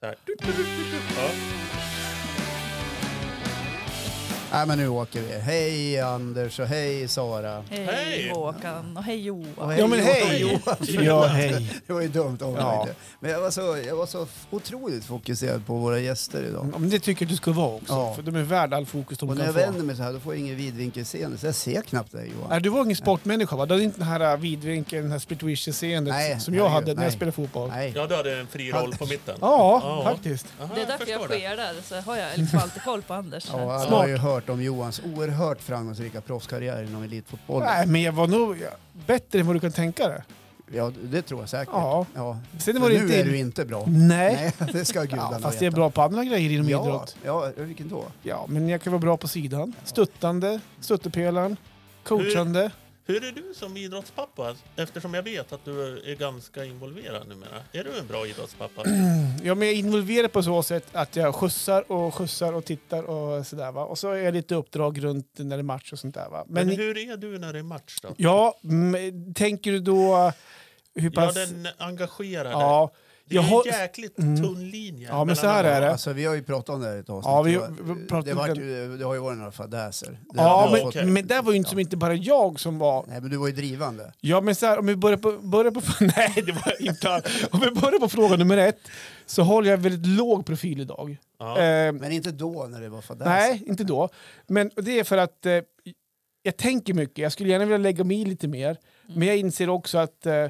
Så här. Du, du, du, du, du. Ja. Nej, men nu åker vi. Hej Anders och hej Sara. Hej, Hej! Håkan och hej Och Johan. hej Ja, men hej! Johan. Ja, hej. Det var ju dumt av mig. Ja. Men jag var, så, jag var så otroligt fokuserad på våra gäster idag. Ja, men det tycker jag du ska vara också. Ja. För de är värda all fokus de Och när jag kan få. vänder mig så här då får jag ingen vidvinkelseende så jag ser knappt dig Johan. Nej, du var ingen sportmänniska va? Du hade inte den här äh, vidvinkeln, den här Nej, splitvision-seendet som nej, jag hade när nej. jag spelade fotboll. Nej. Ja, du hade en fri roll på mitten. Ja, Ja. faktiskt. Aha, Det är därför jag förstår det. sker där, så har jag liksom alltid koll på Anders. Ja, alltså. alla har Smart. ju hört om Johans oerhört framgångsrika proffskarriär inom elitfotbollen. Nej, men jag var nog ja, bättre än vad du kan tänka dig. Ja, det tror jag säkert. Ja. Ja. Sen Men var det nu inte... är du inte bra. Nej. det ska gudarna Ja, fast veta. jag är bra på andra grejer inom ja, idrott. Ja, vilken då? Ja, men jag kan vara bra på sidan. Stuttande, stöttepelaren, coachande. Hur är du som idrottspappa? Eftersom jag vet att du är ganska involverad numera. Är du en bra idrottspappa? Ja, men jag är involverad på så sätt att jag skjutsar och skjutsar och tittar och sådär va. Och så är jag lite uppdrag runt när det är match och sånt där va. Men Men, hur är du när det är match då? ja, mm, tänker du då hur Ja, pass... den engagerade. ja, det är jag har- mm. en jäkligt tunn linje. Ja, men så mellan här är alla. det. Alltså, vi har ju pratat om det här i ett avsnitt. Ja, vi- Det var- vi pratade det, vart om ju, det har ju varit några fadäser. Det har ja vi men, fått- okej. men det var ju inte, som inte bara jag som var... Nej, men du var ju drivande. Ja, men så här, om vi börjar på... Börjar på nej, det var jag inte alls. Om vi börjar på fråga nummer ett så håller jag väldigt låg profil idag. Ja. Eh, Men inte då när det var fadäser. Nej, inte då. Men det är för att eh, jag tänker mycket. Jag skulle gärna vilja lägga mig i lite mer. Men jag inser också att eh,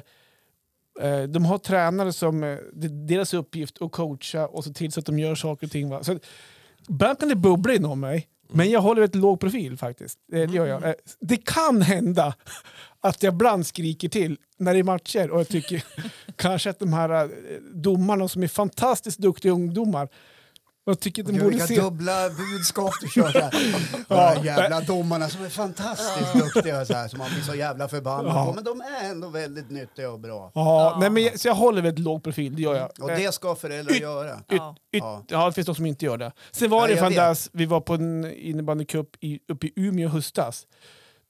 eh, de har tränare som... Eh, det är deras uppgift att coacha och se till så att de gör saker och ting. Va? Så, att- ibland kan det bubbla inom mig. Men jag håller ett låg profil faktiskt. Eh, Det, gör jag. Eh, det kan hända att jag ibland skriker till när det är matcher och jag tycker kanske att de här eh, domarna som är fantastiskt duktiga ungdomar jag tycker att de Gud, borde vilka se... dubbla budskap du kör där. De här jävla domarna som är fantastiskt duktiga så här, som man blir så jävla förbannad Ja. på. Men de är ändå väldigt nyttiga och bra. Ja, Nej, men jag, så jag håller väldigt låg profil, det gör jag. Och Eh, det ska föräldrar göra. Ja. Yt, Ja. ja. det finns de som inte gör det. Sen var Ja, det jag fan vet. dass, vi var på en innebandycup i, uppe i Umeå i höstas.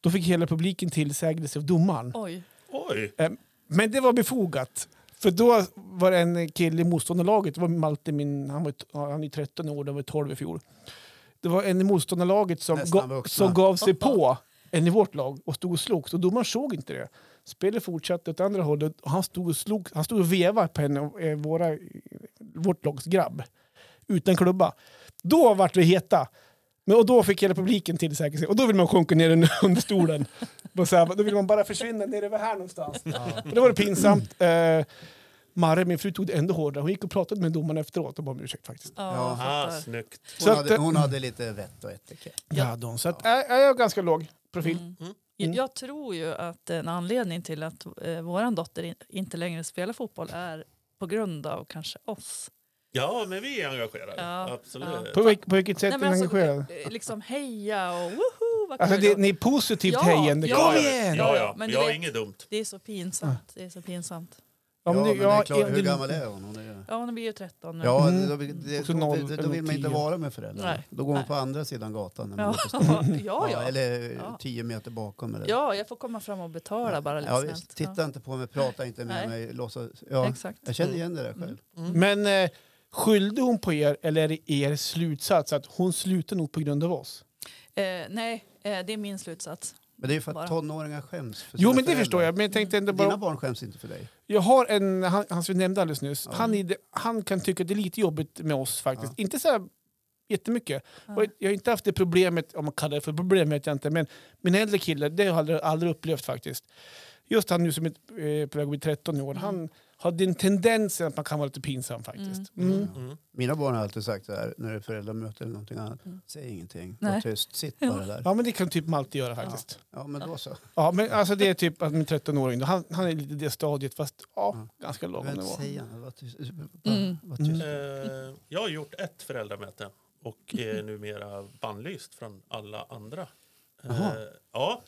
Då fick hela publiken tillsägelse av domaren. Oj. Oj! Eh, Men det var befogat. För då var det en kille i motståndarlaget, det var Malte, min, han, var, ju- han är 13 år, de var 12 i fjol. Det var en i motståndarlaget som, Nästan ga, vuxna. som gav sig på en i vårt lag och stod och slogs. Och domaren såg inte det. Spelet fortsatte åt andra hållet och han stod och, slog, han stod och vevade på en av eh, våra, vårt lags grabb. Utan klubba. Då vart vi heta. Men, och då fick hela publiken till sig. Och då vill man sjunka ner un- under stolen. Bara så här, då vill man bara försvinna ner över här någonstans. Och då var det pinsamt. Eh, Marre, min fru, tog det ändå hårdare. Hon gick och pratade med domaren efteråt och bad om ursäkt faktiskt. Ja, Ja. jag Ah, fattar. snyggt. Hon, Så att- hade, hon hade lite vett och etikett. Ja, de, så att, äh, jag har ganska låg profil. Mm. Mm. Jag- Jag tror ju att en anledning till att eh, vår dotter in, inte längre spelar fotboll är på grund av kanske oss. Ja, men vi är engagerade. Ja, Absolut. ja. På, vilk- på vilket sätt är Nej, du men alltså, engagerad? eh, liksom heja och woho! Vad Alltså, kul. det, ni är positivt Ja, hejande. ja. Kom Ja, igen! Ja, ja. Men Men du jag har vet- inget dumt. det är så pinsamt. Det är så pinsamt. Ja, men Ja, du- men det ja, är klart, en- hur gammal är hon? hon är, Ja, hon blir ju 13 nu. ja, Mm. då, det, Också då, noll då, eller vill man inte tio. vara med föräldrarna. Nej. Då går man Nej. på andra sidan gatan. När man Ja, går på stan. ja, ja. Eller Ja. tio meter bakom. Eller. ja, jag får komma fram och betala bara lite Ja, snällt. visst. Titta inte på mig, prata inte med Nej. mig. Låtsas, Ja, ja. Exakt. Mm. Jag känner igen det där själv. Men eh, skyllde hon på er eller är det er slutsats att hon slutar nog på grund av oss? Eh, nej, eh, det är min slutsats. Men det är ju för Bara. att tonåringar skäms för Jo, sina men det föräldrar. förstår jag. Men jag tänkte ändå Dina bara... barn skäms inte för dig. Jag har en, han, han som vi nämnde alldeles nyss, han, är, han kan tycka att det är lite jobbigt med oss faktiskt. Inte så här jättemycket. Och jag har inte haft det problemet, om man kallar det för problem vet jag inte, men min äldre kille, det har jag aldrig, aldrig upplevt faktiskt. Just han nu som är eh, på väg att bli 13 i år, han har den tendensen att man kan vara lite pinsam faktiskt. Mm. Mina barn har alltid sagt så här när det är föräldramöte eller någonting annat. Säg ingenting, var Mm. Nej. tyst, sitt bara där. Ja men det kan typ Malte göra faktiskt. Ja, men då så. Ja, men alltså det är typ att min 13-åring, då, han, han är lite i det stadiet fast ja, ganska lagom Mm. Men nivå. säg gärna, var tyst. Mm. Var tyst. Eh, jag har gjort ett föräldramöte och Mm. är numera bannlyst från alla andra. Eh, ja.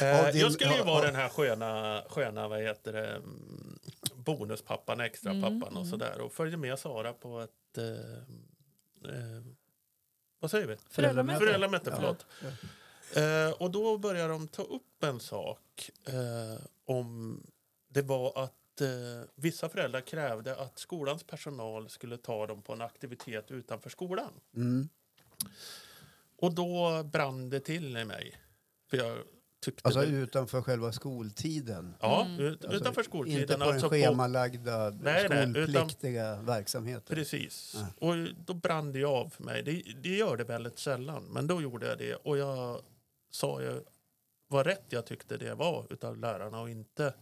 Eh, Ja, din- jag skulle ju ja, vara ja. den här sköna, sköna vad heter det, mm, bonuspappan, Mm, extrapappan och sådär. Och följde med Sara på ett... Eh, eh, vad säger vi? Föräldramöte. Föräldramöte, Ja. förlåt. Eh, och då börjar de ta upp en sak eh, om det var att att eh, vissa föräldrar krävde att skolans personal skulle ta dem på en aktivitet utanför skolan. Mm. Och då brann det till i mig. För jag tyckte Alltså det, utanför själva skoltiden. ja, Mm. ut, Alltså, utanför skoltiden. Inte på den alltså på- schemalagda Nej, nej, utan- skolpliktiga verksamheten. Precis. Ja. Och då brann det ju av för mig. Det, det gör det väldigt sällan. Men då gjorde jag det. Och jag sa ju vad rätt jag tyckte det var utav lärarna och inte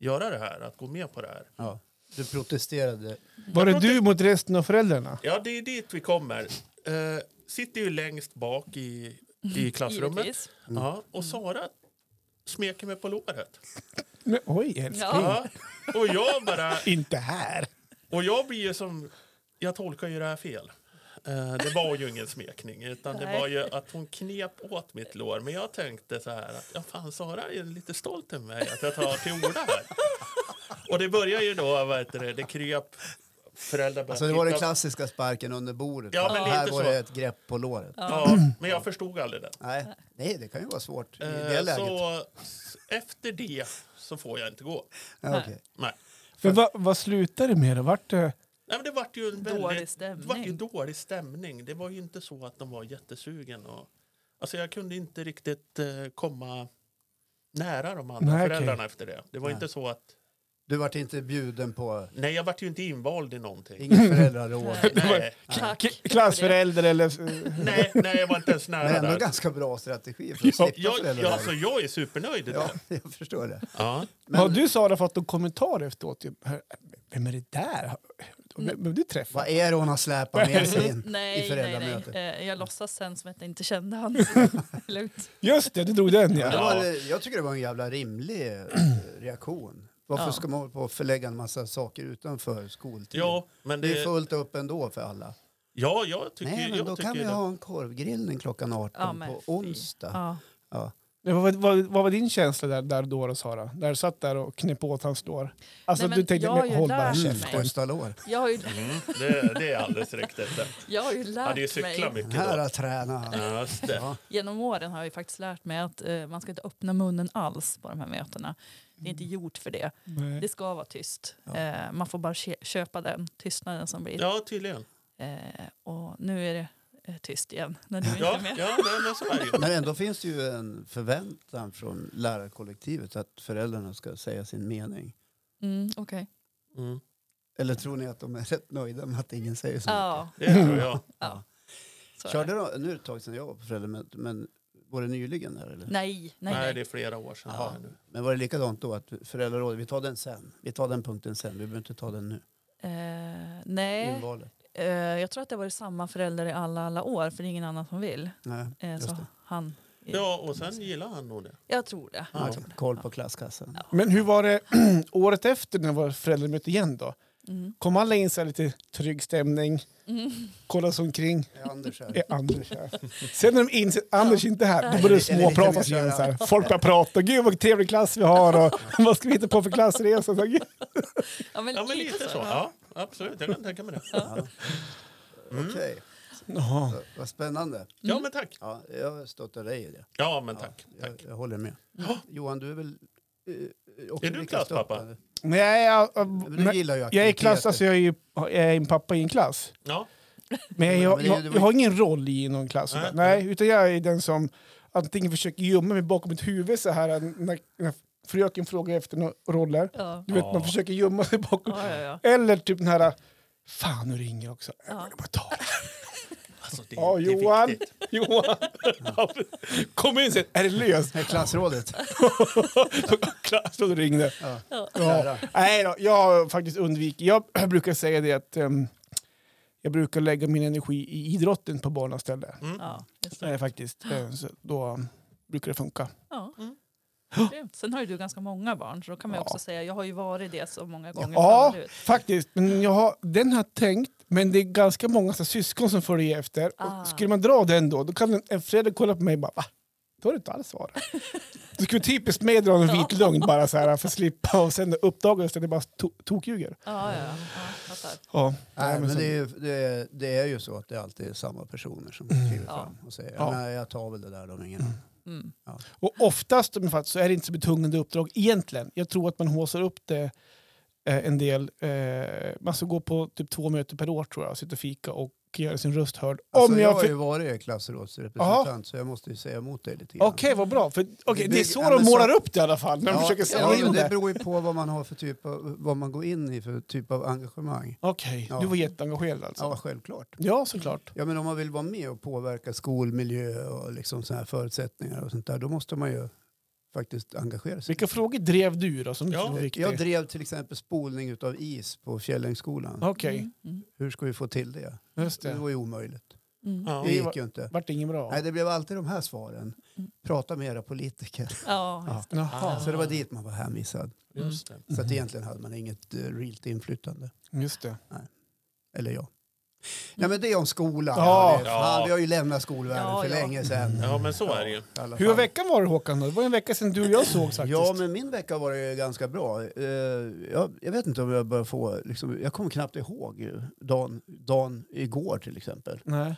göra det här, att gå med på det här. Ja. Du protesterade. Var det du mot resten av föräldrarna? Ja, det är dit vi kommer. Eh, sitter ju längst bak i, i klassrummet. Givetvis. Ja, och Sara smeker mig på låret. Men, oj, älskling. Ja. Ja. Och jag bara... Inte här. Och jag blir ju som... Jag tolkar ju det här fel. Eh, Det var ju ingen smekning, utan det Nej. var ju att hon knep åt mitt lår. Men jag tänkte så här att ja, fan, Sara är lite stolt över mig att jag tar till orda här. Och det börjar ju då, vad heter det, det kryp... Föräldrar började Alltså det var den titta. klassiska sparken under bordet. Ja, men här lite var så. det ett grepp på låret. Ja, men jag förstod aldrig det. Nej. nej, det kan ju vara svårt i det Eh, läget. Så s- efter det så får jag inte gå. Ja, okej. Nej. För vad, vad slutade det med? då? Vart eh, det... Nej, men det vart ju en väldigt, Dålig Det vart ju stämning. dålig stämning. Det var ju inte så att de var jättesugen. Och, alltså jag kunde inte riktigt eh, komma nära de andra Nej, okej. föräldrarna efter det. Det var Nej. inte så att... Du vart inte bjuden på Nej, jag vart ju inte invald i någonting. inget föräldraråd. Nej. Nej, Tack. K- Klassförälder eller... nej, nej, jag var inte ens Men nära ändå där. ganska bra strategi för att slippa Jag, jag, alltså, föräldraråd. jag är supernöjd idag. Ja, jag förstår det. Ja. Har du Sara fått någon kommentar efteråt? Typ, "Hör, Vem är det där? Vem, vem du träffar? Vad är det hon har släpat med sig in i Nej, nej, nej. föräldramötet? Eh, Jag låtsas sen som att jag inte kände han. Lugnt. Just det, du drog den Det ja. Ja. var, jag tycker det var en jävla rimlig eh, reaktion. Varför Ja. ska man hålla på och förlägga en massa saker utanför skoltid? Ja, men det är det, fullt upp ändå för alla. ja, jag tycker, Nej, men jag då tycker kan vi det. ha en korvgrillning klockan 18 Ja, men på fy. onsdag. Ja. Ja. Men Vad, vad, vad var din känsla där, där då, då Sara? Där du satt där och knep åt hans lår? Alltså Nej, men du tänkte, jag har men, ju håll bara lärt mig. käften. Käften stalår. Jag, har ju, Mm, det. Det är alldeles riktigt. jag har ju Jag hade ju lärt cyklat mig. mycket Här då. har tränat. Ja, just det. Ja. Genom åren har jag ju faktiskt lärt mig att eh, man ska inte öppna munnen alls på de här mötena. Det är inte gjort för det. Nej. Det ska vara tyst. Eh, man får bara ke- köpa den tystnaden som blir. Ja, tydligen. Eh, och nu är det eh, tyst igen när du inte Ja, är med. ja nej, men så är det ju. Men ändå finns det ju en förväntan från lärarkollektivet att föräldrarna ska säga sin mening. Mm, okej. Mm. Eller tror ni att de är rätt nöjda med att ingen säger så? Ja, Det tror jag. så är Körde det. de, nu är det ett tag sedan jag var på föräldramöte, men var det nyligen? Här, eller? Nej, nej, Nej, nej. det är flera år sedan. Ja. nu. Men var det likadant då? Att föräldrarådet, vi tar den sen. Vi tar den punkten sen, vi behöver inte ta den nu. Eh, nej. Invalet. Eh, jag tror att det har varit samma förälder i alla, alla år, för det är ingen annan som vill. Nej. Eh, Just så det. han, Ja, och sen gillar han nog det. jag tror det. Ja. Ja, Koll på klasskassan. Men hur var det året efter när det var föräldramöte igen då? Mm. Kom alla in så här lite trygg stämning, Mm. kolla sig omkring. Är Anders här? Är Anders här? Sen när de inser att Anders inte är här, då börjar det Är det lite småpratas igen. mer Så så här? här. Folk börjar prata. Gud vad trevlig klass vi har och vad ska vi hitta på för klassresa? Så, gud. Ja, men Ja, men lite så. Ja, absolut. Jag kan tänka mig det. Mm. Ja. Okej, Jaha. så, vad spännande. Ja, men tack. Ja, jag stöttar dig i det. Mm. Ja, men tack. Ja, tack. Mm. jag, jag håller med. Johan, du är väl eh, också Är du lika klasspappa? stöttande? Nej, jag, Men du jag, gillar ju jag är aktiviteter. klass, alltså jag är ju jag är en pappa i en klass. Ja, Men Men jag, det- det jag, var jag ju- har ingen roll i någon klass. Nej. Nej, utan jag är den som antingen försöker gömma mig bakom mitt huvud så här när, när fröken frågar efter några roller. Ja. Du vet, Ja. man försöker gömma sig bakom. Ja, ja, ja. Eller typ den här, fan nu ringer också. Ja. Jag bara tar alltså det, Ja, det är Johan. viktigt. Johan. Kom in sen. Är det löst? Det är klassrådet. Klart, då ringde. Ja. Ja. Ja. Nej då, jag har faktiskt undvikit. Jag brukar säga det att ehm, jag brukar lägga min energi i idrotten på barnens ställe. Mm. Ja, just det. Nej, faktiskt. Eh, Så då um, brukar det funka. Ja. Grymt. Sen har ju du ganska många barn, så då kan man ju Ja. också säga jag har ju varit det så många gånger Ja, förut. faktiskt. Men jag har, den har jag tänkt, men det är ganska många så här, syskon som följer efter. Ah. Och skulle man dra den då, då kan en, en förälder kolla på mig och bara va? Då har du inte alls svarat. Då skulle typiskt mig dra en vit lögn bara så här för att slippa och sen uppdagas det, det bara to- tokljuger. Ja, ja, ja. ja. fattar. Ja, Nej, men så- det, är ju, det, är, det är ju så att det alltid är samma personer som kliver Ja. fram och säger Mm. Ja. nej, jag tar väl det där då, men ingen annan." Mm. Och oftast men faktiskt, så är det inte så betungande uppdrag egentligen. Jag tror att man håsar upp det eh, en del. Eh, man ska gå på typ två möten per år tror jag, sitta och fika och göra sin röst hörd. Alltså, Om jag jag har för- ju varit klassrådsrepresentant så jag måste ju säga emot dig lite grann. Okej, vad bra. För, okej, Det- det är så ja, de men så- målar upp det i alla fall, när de Ja, försöker ja, sälja in men det det. beror ju på vad man har för typ av, vad man går in i för typ av engagemang. Okej, Ja. du var jätteengagerad alltså? Ja, Ja, självklart. såklart. Ja, men om man vill vara med och påverka skolmiljö och liksom såna här förutsättningar och sånt där, då måste man ju faktiskt engagera sig. Vilka frågor drev du då som Ja, ja, var viktiga? Jag drev till exempel spolning utav is på Fjällängsskolan. Okej, Mm, mm, Hur ska vi få till det? just Det det. var ju omöjligt. mm. Ja. Det gick ju inte. Vart det inget bra? Nej, det blev alltid de här svaren. Mm. Prata med era politiker. Ja, Ja. just Jaha, Så det var dit man var hänvisad. Just det. Så att egentligen hade man inget eh, reellt inflytande. just det. Eller jag. Ja, men det är om skolan. Ja. Ja, det, fan, vi har ju lämnat skolvärlden Mm. Ja, för ja. länge sedan. Ja, men så är det ju. I alla Hur har fall. veckan varit Håkan? då? Det var en vecka sedan du och jag såg faktiskt. Ja, men min vecka var det ganska bra. Eh, jag, jag vet inte om jag börjar få... Liksom, jag kommer knappt ihåg eh, dagen, dagen igår till exempel. Nej.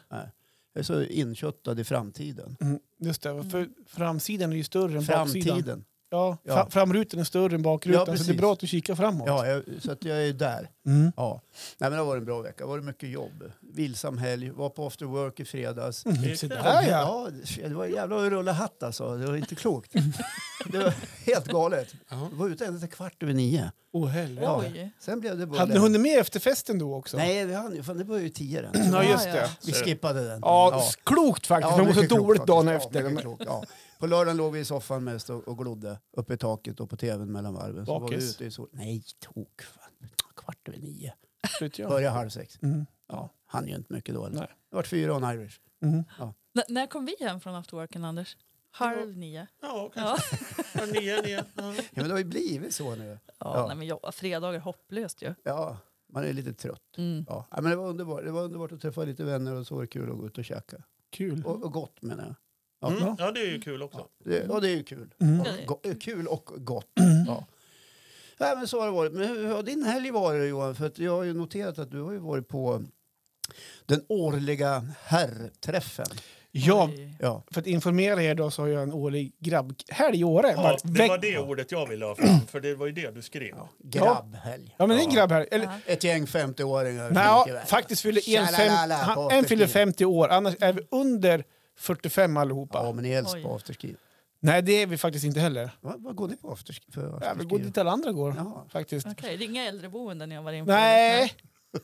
Jag är så inköttad i framtiden. Mm, just det, för framsidan är ju större än baksidan. Framtiden. Ja, Ja. fra- Framrutan är större än bakrutan, Ja, så precis. det är bra att du kikar framåt. Ja, jag, så att jag är där. Mm. Ja. Nej, men det har varit en bra vecka. Det har varit mycket jobb. Vilsam helg. Var på after work i fredags. Mm, så Gick det? där, ja. Ja, det var en jävla rulla hatt alltså. Det var inte klokt. Det var helt galet. Ja. Jag var ute ända till kvart över nio. Åh, helvete. Ja. Oj. Sen blev det buller. Hade ni hunnit med efterfesten då också? Nej, vi hann ju. Fan, det började ju tio den. Ja, just Ja, det. ja. Vi skippade den. Ja, klokt faktiskt. Man mår så mycket klokt dåligt dagen faktiskt. Ja, efter. mycket men- klokt, ja. På lördagen låg vi i soffan mest och, och glodde uppe i taket och på tvn mellan varven. Så var vi Bakis. ute i sol. Nej, tok. Fan. Kvart över nio. Absolut, ja. Började halv sex. Mm. Ja, han ju inte mycket då. eller? Nej. Det vart fyra och en Irish. Mm. N- när kom vi hem från afterworken, Anders? Halv nio? Ja, Ja. kanske. Ja. Nio, nio. Ja. Ja, men det har ju blivit så nu. Ja, Ja. Nej, men jag, fredagar hopplöst ju. Ja, man är lite trött. Mm. Ja. Ja, men det var underbart. Det var underbart att träffa lite vänner och så var det kul att gå ut och käka. Kul. Och, och gott menar jag. Ja, Mm. ja, det är ju kul också. ja. Det, och det är ju kul. Mm. Ja, det- Go- eh, kul och gott. Ja. Nej, Mm. men så har det varit. Men hur har din helg varit Johan? För att jag har ju noterat att du har ju varit på den årliga herrträffen. Ja, Oj. Ja. för att informera er då så har jag en årlig grabbhelg i Åre. Ja, Vart- det var det ordet jag ville ha Mm. fram, för det var ju det du skrev. ja. Grabbhelg. Ja, men det är en grabbhelg. Eller, Ja. Ett gäng 50-åringar. Nej, gick iväg. faktiskt fyller en, fem, Tjalalala på han, en afterski. fyller 50 år, annars är vi under 45 allihopa. Ja, men ni helst Oj. på afterski. Nej, det är vi faktiskt inte heller. Va- Vad går ni på afterski? För afterski? Ja, vi går dit alla andra går, Jaha. faktiskt. Okej, det är inga äldreboenden jag var inne på. Nej,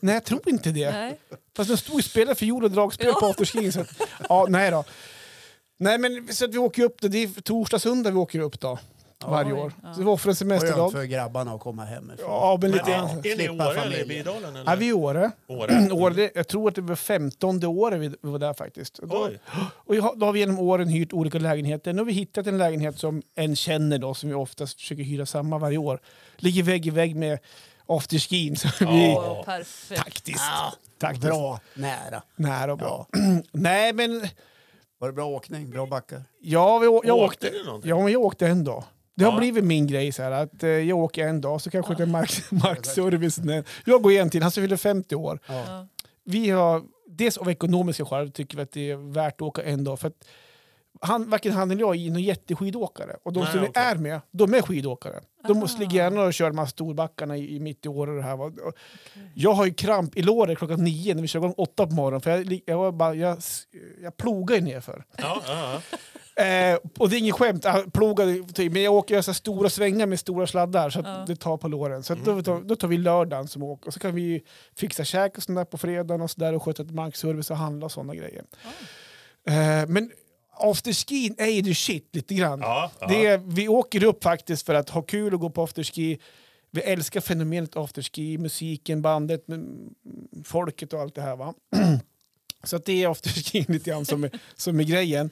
nej, jag tror inte det. Nej. Fast de stod ju spelare för jord och dragspel Ja. på afterskin. Så att, ja, nej då. Nej, men så att vi åker upp då. Det är torsdag, söndag vi åker upp då. Varje Oj, år. ja. Så vi offrar Skönt semesterdag. för grabbarna att komma hemifrån. Ja, men Men lite det, grann. är ni i Slippa Åre eller i familjen. Bydalen? Eller? Ja, vi är i Åre. Åre. Åre, det- jag tror att det var 15 året vi vi var där faktiskt. Och då, Oj. och jag har- då har vi genom åren hyrt olika lägenheter. Nu har vi hittat en lägenhet som en känner då, som vi oftast försöker hyra samma varje år. Ligger vägg i vägg med afterskin. Så vi, Åh, perfekt. taktiskt. taktiskt. Bra, nära. Nära och bra. Ja. Nej, men Var det bra åkning? Bra backar? ja, vi, å- jag åkte. Åkte ni någonting? Ja, men jag åkte en dag. Det har Ja. blivit min grej så här att eh, jag åker en dag så kanske det är mark, markservicen. är- Jag går igen till, han som fyller 50 år. Ja. Ja. vi har, dels av ekonomiska skäl tycker vi att det är värt att åka en dag. För att han, varken han eller jag är någon jätteskidåkare. Och de Nej, som vi okej. är med, de är skidåkare. De måste Ah. ligga gärna och köra de här storbackarna i, i mitt i år och det här. va. Och Jag har ju kramp i låret klockan nio när vi kör igång åtta på morgonen. För jag, li- jag, var bara, jag, s- jag plogar ju nerför. Ja, ja, ja. Eh, och det är inget skämt, jag plogar, typ, men jag åker ju så här stora svängar med stora sladdar så att Ja. det tar på låren. Så att Mm, då, tar, då tar vi lördagen som åker och så kan vi ju fixa käk och sånt där på fredagen och, så där, och sköta ett markservice och handla och sådana grejer. Eh, men afterskin är ju the shit lite grann. ja, ja. Det är, vi åker upp faktiskt för att ha kul och gå på afterski. Vi älskar fenomenet afterski, musiken, bandet, men- folket och allt det här. Va? Så att det är afterskin lite grann som är, som är grejen.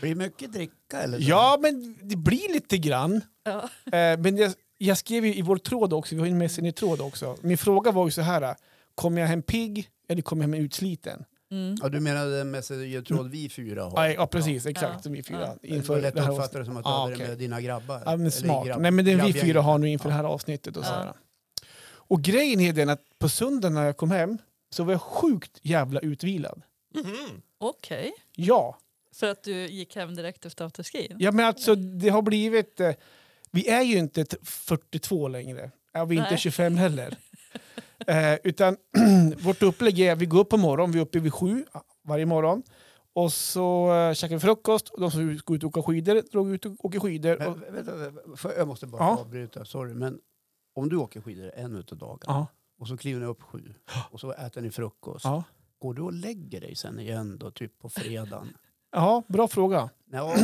Blir det mycket dricka eller? så? Ja, men det blir lite grann. Ja. Eh, men jag, jag skrev ju i vår tråd också, vi har ju en messenger tråd också. Min fråga var ju så här, kommer jag hem pigg eller kommer jag hem utsliten? Mm, ja du menade med sig, jag tror att vi fyra har. Ja, ja precis, exakt Ja. som vi fyra. Det var Inför lätt det att här uppfatta avsnittet. det som att du Ja, hade okej. det med dina grabbar. Ja, men Eller smart. grabb- Nej, men det är vi grabbgänget. fyra har nu inför Ja. det här avsnittet. Och, så Ja. här. och grejen är den att på söndagen när jag kom hem så var jag sjukt jävla utvilad. Mhm. Okej, Ja, för att du gick hem direkt efter afterskin? ja men alltså det har blivit... Eh, vi är ju inte t- 42 längre. Ja, vi är inte Nej. 25 heller. Eh, utan vårt upplägg är vi går upp på morgonen, vi är uppe vid sju varje morgon. Och så eh, käkar vi frukost och de som ska ut och åka skidor drog ut och åker skidor. Och, Men, vänta, vänta, för jag måste bara Ja. avbryta, sorry. Men om du åker skidor en utav dagarna ja, och så kliver ni upp sju och så äter ni frukost. ja. Går du och lägger dig sen igen då, typ på fredagen? ja, bra fråga. Ja,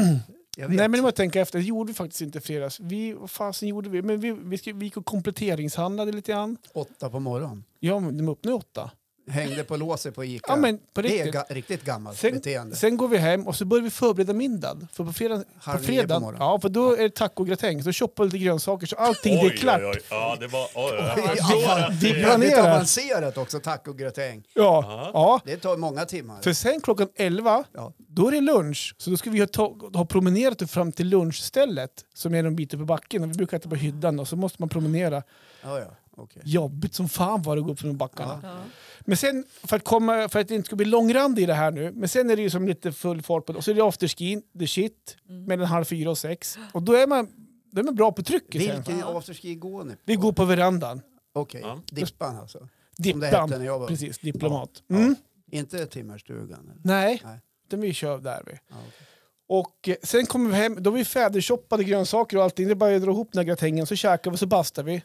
jag vet. Nej men det måste jag tänka efter, det gjorde vi faktiskt inte i fredags. Vi, vad fasen gjorde vi? Men vi, vi, ska, vi gick och kompletteringshandlade lite grann. Åtta på morgonen. Ja, men de öppnade åtta. Hängde på låset på Ica. Ja, men på det är riktigt. ga- riktigt gammalt Sen- Alltså, beteende. Sen går vi hem och så börjar vi förbereda middagen. För på fredag, på Halv nio på fredag morgonen. ja, för då är det tacogratäng. Så shoppar vi lite grönsaker så allting det är klart. Oj, oj, oj. Ja, det var... Oj, oj, oj. Ja, Jag förstår fan, att det det är är- jävligt planerat. avancerat också, tacogratäng. Ja, Ja. ja. Det tar många timmar. För sen klockan 11, Ja. då är det lunch. Så då ska vi ha, ta- ha promenerat fram till lunchstället som är en bit uppe i backen. Vi brukar äta på hyddan och så måste man promenera. Ja, ja. okej. Jobbigt som fan var det att gå upp för de backarna. Ja. Men sen, för att, komma, för att det inte ska bli långrandig i det här nu, men sen är det ju som lite full fart på det. Och så är det afterskin, the shit, Mm. mellan halv fyra och sex. Och då är man, då är man bra på trycket. sen. Vilken afterski går ni på? Vi går på verandan. Okej, Ja. Dippan alltså. det hette när jag Dippan, var- precis, diplomat. Mm. Inte timmerstugan? Eller? Nej, Nej. utan vi kör där vi. Ja, okej. Och eh, sen kommer vi hem, då är vi färdigshoppade grönsaker och allting. Det är bara att dra ihop den här gratängen, så käkar vi så bastar vi.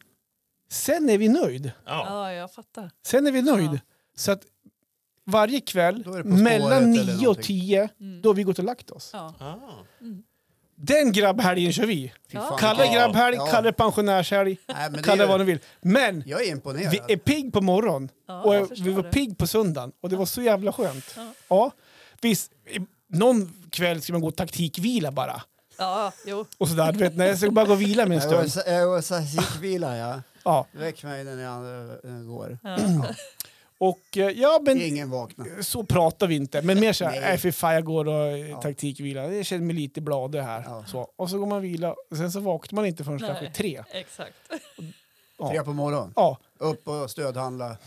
Sen är vi nöjd. Ja. ja, jag fattar. Sen är vi nöjd. Ja. Så att varje kväll Då är det På spåret mellan eller 9 och någonting. 10, Mm. då har vi gått och lagt oss. Ja. Ah. Den grabbhelgen kör vi. Fy Ja. fan. Kalla det Ja, grabbhelg, ja. kalla det pensionärshelg, Nej, men det kalla det är, vad du vill. Men jag är imponerad. vi är pigg på morgonen Ja, jag och förstår vi var det. pigg på söndagen och det var så jävla skönt. Ja. Ja. Visst, i- någon kväll ska man gå och taktikvila bara. Ja, jo. Och sådär, du vet, nej, jag ska bara gå och vila min Jag var stund. sa- Jag var sasikvila, ja. Ja. Väck mig när jag eh, går. Ja. Och eh, ja, men Ingen vaknar. så pratar vi inte. Men mer såhär, Nej. nej fy fan jag går och ja. taktikvila. Jag känner mig lite bladig här. Ja. Så. Och så går man och vila. Och Sen så vaknar man inte förrän Nej. kanske tre. Exakt. Tre Ja. på morgonen. Ja. Upp och stödhandla.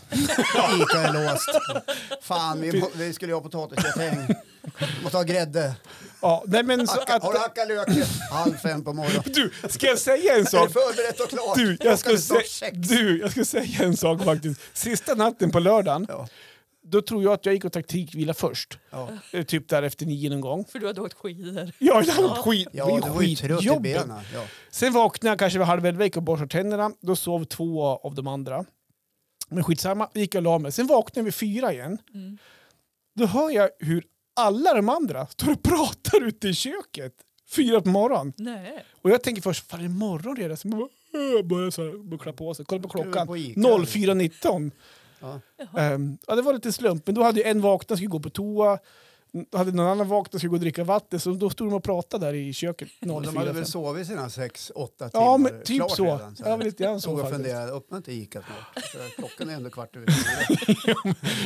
Ica är låst. Fan, vi, må- vi skulle ju ha potatisgratäng. Måste ha grädde. ja. Nej, men så Hacka, att, har du hackat lök? Halv fem på morgonen. du, ska jag säga en Är det sak? förberett och klart? Du Klockan är jag, ska snart sä- sex. du, jag ska säga en sak faktiskt. Sista natten på lördagen, Ja. då tror jag att jag gick och taktikvila först. Ja. Eh, Typ där efter nio någon gång. För du hade åkt skidor. Ja, det var skit. Ja, det var du var ju trött i skitjobbigt. benen. Ja. Sen vaknade jag kanske vid halv elva, gick och borstade tänderna. Då sov två av de andra. Men skitsamma, gick jag och la mig. Sen vaknade jag vid fyra igen. Mm. Då hör jag hur alla de andra står och pratar ute i köket. Fyra på morgonen. Nej. Och jag tänker först, fan är det morgon redan? Sen bara, "Åh", jag börjar så här, börjar klappa på sig. Kolla på Ska du klockan. på Ica? 04.19. Ja. Ehm, ja, det var lite slump. Men då hade ju en vaknat och skulle gå på toa. Då hade någon annan vaknat och skulle gå och dricka vatten. Så då stod de och pratade där i köket Och De hade 04.15. väl sovit sina sex, åtta timmar. Ja, men typ klart så. Redan, Ja, men lite grann så Stod och faktiskt. funderade, öppna inte Ica snart. Så Klockan är ändå kvart över fyra.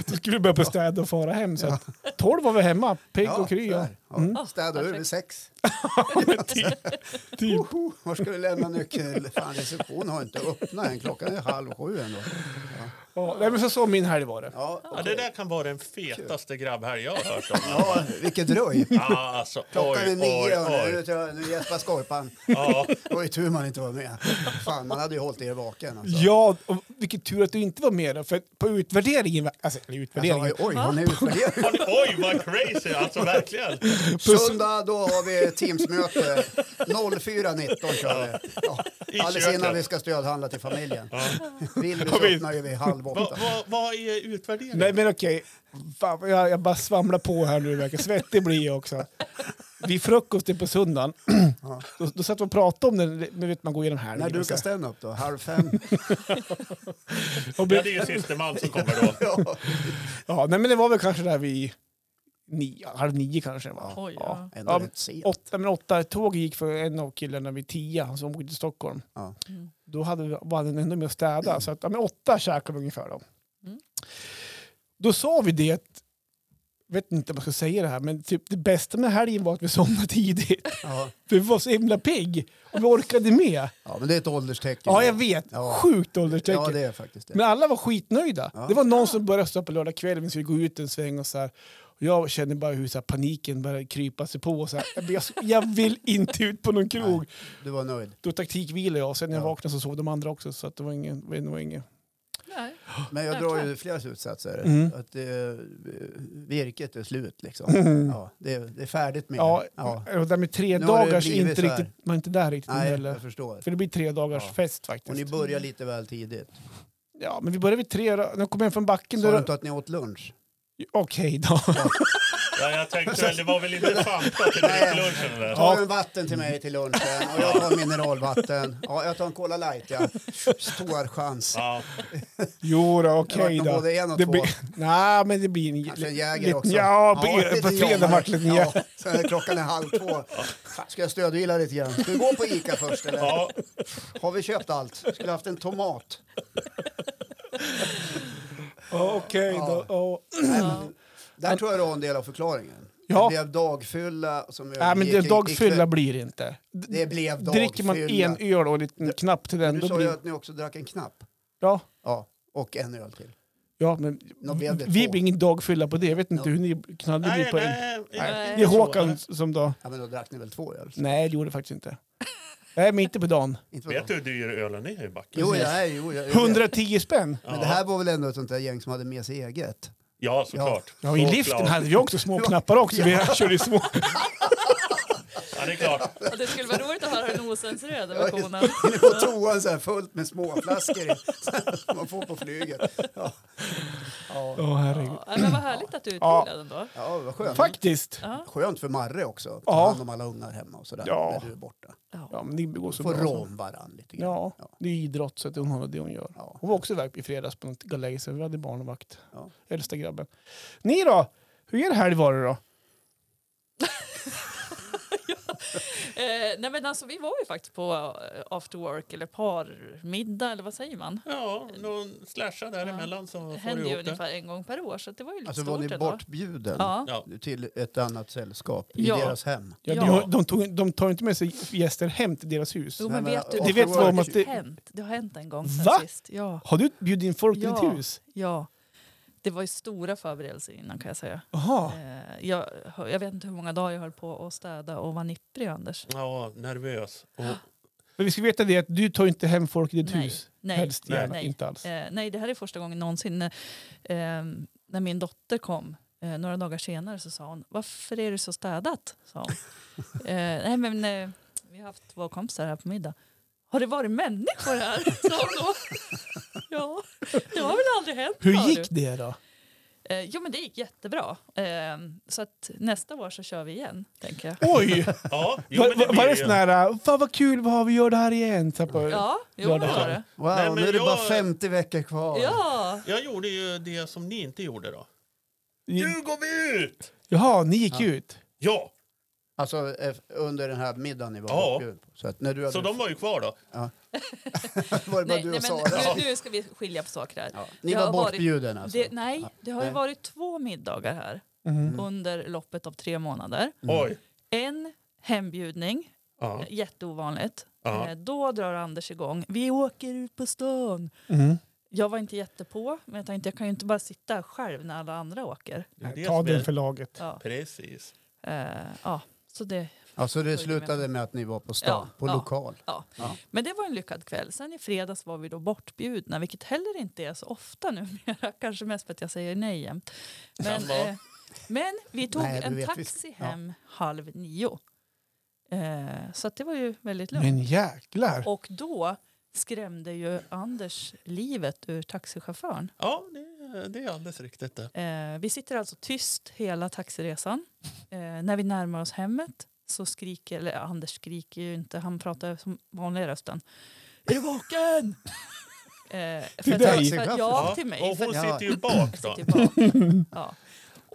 Då skulle vi börja på städ och fara hem. Så att, tolv var vi hemma, pigg och kry. så Ja. Mm. här. Ja, Städa ur vid sex. Typ. Var ska du lämna nyckeln? Fan, receptionen har inte öppnat än. Klockan är halv sju ändå. Ja, nej, men så, så min helg var det. Ja, Ja, det där kan vara den fetaste grabbhelg jag har hört om. ja vilket dröj. Ja, alltså, Klockan är oj, nio och nu, oj, nu, oj. tror jag- nu gäspar skorpan. Ja, Det var ju tur man inte var med. Fan, man hade ju hållit er vaken. Alltså. Ja, och vilken tur att du inte var med då, för på utvärderingen, var- alltså, eller Jag sa, utvärderingen, oj, har ni utvärderat? Har ni- oj, vad crazy! Alltså verkligen. Söndag, då har vi Teamsmöte. 04.19 kör vi. Ja. I Alldeles köket. innan vi ska stödhandla till familjen. Vill du så Kom in. öppnar ju vi halv Va- åtta. va- Vad är utvärderingen? nej men okej, Fan, vad jag, jag bara svamlar på här nu, verkar svettig blir jag också. Vid frukosten på söndagen, då, då satt vi och pratade om den, men vet man går igenom här. När du ska stand upp då? Halv fem? och Ja, blir, det är ju systerman som kommer då. Ja. ja, nej men det var väl kanske där vid nio, halv nio kanske. Va? Oj, ja. ja. Ändå Ja, rätt sent. Åtta, men åtta tåg gick för en av killarna vid tio, han som bodde i Stockholm. Ja. Då hade, vi- var han ändå med och städa, så att, ja, men åtta käkade vi ungefär. Då. då sa vi det, att- vet inte om jag ska säga det här, men typ det bästa med helgen var att vi somnade tidigt. Ja. För vi var så himla pigg och vi orkade med. ja, men det är ett ålderstecken. Ja, jag vet. Ja. Sjukt ålderstecken. Ja, det är faktiskt det. Men alla var skitnöjda. Det var någon som började stå på lördag kväll, vi skulle gå ut en sväng och så här. Och jag känner bara hur så här, paniken börjar krypa sig på. Så här, jag, jag- jag vill inte ut på någon krog. Du var nöjd. Då taktikvilade jag. Sen när jag Ja. vaknade så sov de andra också. Så att det var ingen... Det var ingen. Nej. Men jag drar ju Verkligen. flera slutsatser. Mm. Att det, eh, virket är slut liksom. Mm. Ja, det, det är färdigt med Ja, det. ja. och där med tre Nu har det dagars blivit inte så här. riktigt, man är inte där riktigt nu Nej, heller. jag förstår. För det blir tre dagars Ja. fest Och ni faktiskt. börjar lite väl tidigt. Ja, men vi började vid tre. då. När jag kom hem från backen... Sa du Då... inte att ni åt lunch? Okej då. Ja, jag tänkte väl, det var väl inte Fanta till Nej. lunchen där? Ta en vatten till mig till lunchen och jag tar mineralvatten. Ja, jag tar en Cola light ja. Stor chans. Ja, Jo då, Det har okej varit nog då. både en och Det två. blir- Nej, men det blir en... Kanske en li- Jäger liten- också. Ja, på, lite på fredag Jäger. vart det en Ja, så här, klockan är halv två. Ska jag stödvila lite grann? Ska vi gå på Ica först eller? ja, Har vi köpt allt? Skulle haft en tomat. Ja, Okej då. Ja. Ja. Där tror jag du har en del av förklaringen. Ja. Det blev dagfylla som Nej, men övergick det, i- dagfylla ikväll. blir det inte. D- Det blev dagfylla. Dricker man en öl och en liten knapp till den, Du då sa ju blir att ni också drack en knapp. ja, Ja, och en öl till. ja, men Nå, blev det vi två. blir ingen dagfylla på det. Jag vet inte Ja. hur ni knallade blir nej, på en. nej, Nej. Det är Håkan som då... Ja, men då drack ni väl två öl? Nej, det gjorde det faktiskt inte. Nej, men inte på dagen. Inte Vet vet du hur dyr ölen är i backen? Jo, jag är, jo, jag, jag vet. 110 spänn! Men det här var väl ändå ett sånt där gäng som hade med sig eget? Ja, såklart. Ja, i Såklart. liften hade vi också små knappar också. Vi körde ju små. Ja, det är klart. Och det skulle vara roligt att höra den ocensurerade versionen. Inne på toan så här fullt med småflaskor i, som man får på flyget. Ja, ja. Åh, herregud. Ja, men vad härligt att du är Ja. utbildad ändå. ja vad skönt. Faktiskt! Ja. Skönt för Marre också. Ta Ja. hand om alla ungar hemma och sådär Ja. när du är borta. Ja, men det går så Får bra. rom varann lite grann. Ja, det är ju idrott så att hon har det hon gör. Ja. Hon var också iväg i fredags på något läger så vi hade barnvakt. Ja. Äldsta grabben. Ni då? Hur er helg var det då? Eh, nej men alltså, vi var ju faktiskt på eh, after work eller parmiddag eller vad säger man? Ja, någon slasha däremellan så Det får du händer ju ihop det. ungefär en gång per år så det var ju lite Alltså var stort ni ändå. bortbjuden Ja. Ja. till ett annat sällskap i Ja. deras hem? Ja, Ja. De, de, tog, de tar inte med sig gäster hem till deras hus. Jo Nej, men men vet du, after Det vet vad om har att det- hänt. Det har hänt en gång sen Va? sist. Ja, Har du bjudit in folk till Ja. ditt hus? ja. Det var ju stora förberedelser innan kan jag säga. Jaha. Eh, Jag, jag vet inte hur många dagar jag höll på att städa och var nipprig Anders. Ja, nervös. Och, Men vi ska veta det att du tar inte hem folk i ditt Nej. hus. Nej, Helst nej, gärna, nej. inte alls. Eh, nej, det här är första gången någonsin. När, eh, när min dotter kom eh, några dagar senare så sa hon Varför är det så städat? Sa hon. eh, nej, men eh, vi har haft två kompisar här på middag. Har det varit människor här? sa hon då. ja, det har väl aldrig hänt Hur sa gick det då? du. Eh, jo, men det gick jättebra. Eh, så att nästa år så kör vi igen, tänker jag. Oj! ja, jo, Var, men det var, blir var det ju- sån här, "Ah, fan vad kul, vad har vi gör det här igen? Så på, Ja, jo, Ja, det det var har det. Wow, Nej, men nu är det bara jag- 50 veckor kvar. Ja, Jag gjorde ju det som ni inte gjorde då. I- Nu går vi ut! Jaha, ni gick ut. Ja, Alltså eh, under den här middagen ni var Ja. bortbjuden på. Så att när du hade, så de var ju kvar då. var det bara nej, du nej, och men Sara? nu, nu ska vi skilja på saker här. Ja. Ni Jag var har varit- bortbjuden alltså? Det, nej, det har ju Nej. varit två middagar här Mm. under loppet av tre månader. Mm. Oj. En hembjudning, Ja. jätteovanligt. Ja. Eh, Då drar Anders igång. Vi åker ut på stan. Mm. Jag var inte jättepå, men jag tänkte jag kan ju inte bara sitta själv när alla andra åker. Det är det Ta som är- den för laget. Ja, Precis. eh, ja. Så det, Alltså det slutade med att ni var på stan, Ja, på ja. lokal. ja. Ja. Men det var en lyckad kväll. Sen i fredags var vi då bortbjudna, vilket heller inte är så ofta numera. Kanske mest för att jag säger nej jämt. Men, Kan vara. eh, men vi tog Nej, du en vet taxi visst. Ja. hem halv nio. Eh, så att det var ju väldigt lugnt. Men jäklar. Och då skrämde ju Anders livet ur taxichauffören. Ja, det, det är alldeles riktigt det. Eh, vi sitter alltså tyst hela taxiresan. Eh, när vi närmar oss hemmet så skriker, eller Anders skriker ju inte, han pratar som vanliga rösten. Är du vaken? eh, för Till att- dig? För, att- ja, till mig. Och för hon Ja. sitter ju bak då. sitter bak. ja.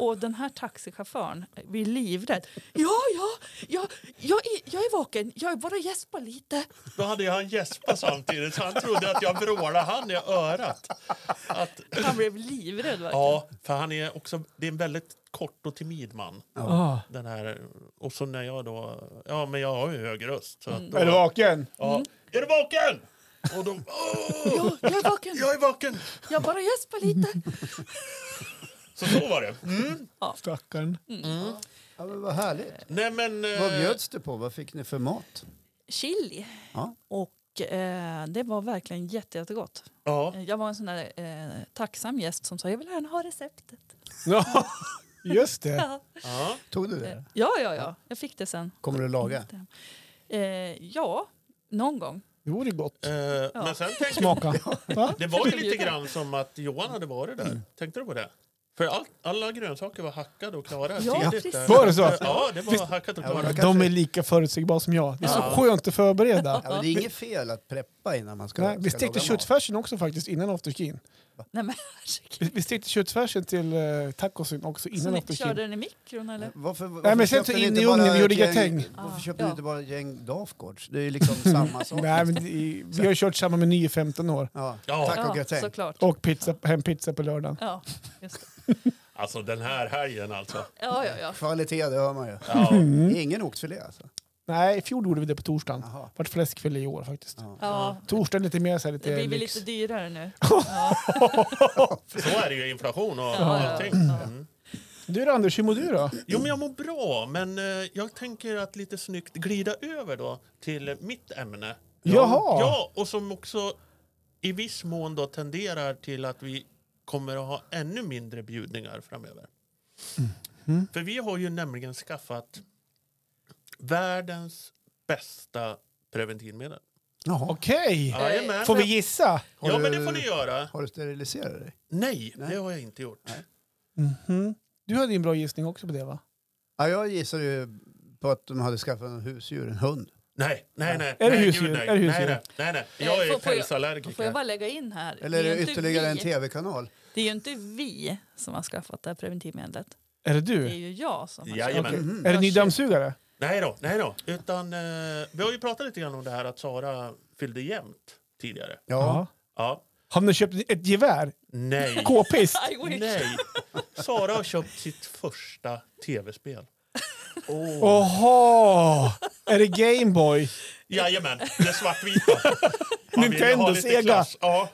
Och den här taxichauffören eh, blir livrädd. Ja, ja, ja jag, är, jag är vaken. Jag bara gäspar lite. Då hade jag en gäspa samtidigt så han trodde att jag vrålade han i örat. Att, Han blev livrädd verkligen. ja, för han är också, det är en väldigt kort och timid man. Ah. Den här, och så när jag då, ja men jag har ju hög röst. Så att då, Är du vaken? ja, är du vaken? Och då, åh, Ja, jag är vaken. jag är vaken! Jag bara gäspar lite. Så så var det. Mm. Stackarn. Ja, men vad härligt. Nej, men, eh, Vad bjöds det på? Vad fick ni för mat? Chili. Ja. Och eh, det var verkligen jätte, jättegott. Ja, Jag var en sån där eh, tacksam gäst som sa jag vill gärna ha receptet. Ja, just det. Ja. ja. Tog du Eh, det? ja, ja, ja. Jag fick det sen. Kommer du laga? Eh, ja, någon gång. Det vore gott. Eh, Men sen tänkte Smaka. Va? Det var ju Förbjuda. lite grann som att Johan hade varit där. Tänkte du på det? För all, alla grönsaker var hackade och klara Ja, tidigt. där. precis. Var det så? Ja, det var hackat och Ja, klara. men- De är lika förutsägbara som jag. Det är Ja. så skönt att förbereda. Ja, men det är inget fel att preppa innan man ska, Nej, vi ska stekte laga köttfärsen också faktiskt innan afterskin. Nej, men, Vi, vi stekte köttfärsen till uh, tacosen också så innan ni alltså, körde afterskin. den i mikron eller? mat. Varför, varför men sen köper så ni in inte i ugnen, bara vi gjorde ett gäng- gratäng. Ah, Varför köper ni ja. inte bara ett gäng Dafgårds? Det är ju liksom samma sak. Nej, men det- vi har kört samma meny i 15 år. Ja, Ja. tack och ja, gratäng. såklart. Och pizza, hempizza på lördagen. Ja, just det. Alltså den här helgen alltså. ja, ja, ja. Kvalitet, det hör man ju. Mm. Ja. Mm. Ingen oxfilé alltså. Nej, i fjol gjorde vi det på torsdagen. Jaha. Vart fläskfilé i år faktiskt. ja. Torsdagen lite mer så här, Det lite blir väl lyx. lite dyrare nu. Så är det ju inflation och Ja, ja, allting. ja. Mm. Du då Anders, hur mår du då? Jo men jag mår bra men eh, jag tänker att lite snyggt glida över då till mitt ämne. Jaha! Ja och som också i viss mån då tenderar till att vi kommer att ha ännu mindre bjudningar framöver. Mm-hmm. För vi har ju nämligen skaffat världens bästa preventivmedel. Jaha. Okej! Jajamän. Får vi gissa? Ja men det får ni göra. Har du steriliserat dig? Nej, det har jag inte gjort. Mhm. Du hade ju en bra gissning också på det va? Ja, jag gissar ju på att de hade skaffat en husdjur, en hund. Nej, nej, nej. Är det nej, husdjur? gud, Nej, Är det nej, husdjur? nej, nej, nej. Jag Eh, är får- får jag- pälsallergiker. Får jag bara lägga in här? Eller är ju det inte ytterligare en vi- tv-kanal? Det är ju inte vi som har skaffat det här preventivmedlet. Är det Det är du? ju jag som har Jajamän. skaffat Mhm. det. Är det ny dammsugare? Nej då, nej då. Utan, eh, vi har ju pratat lite grann om det här att Sara fyllde jämnt tidigare. Ja. Ja. Har ni köpt ett gevär? Nej. K-pist? I wish. Nej. Sara har köpt sitt första tv-spel. Oha! Är det Gameboy? Jajamän, det svartvita. Man vill ju Nintendo, ha lite Sega. klass. Ja.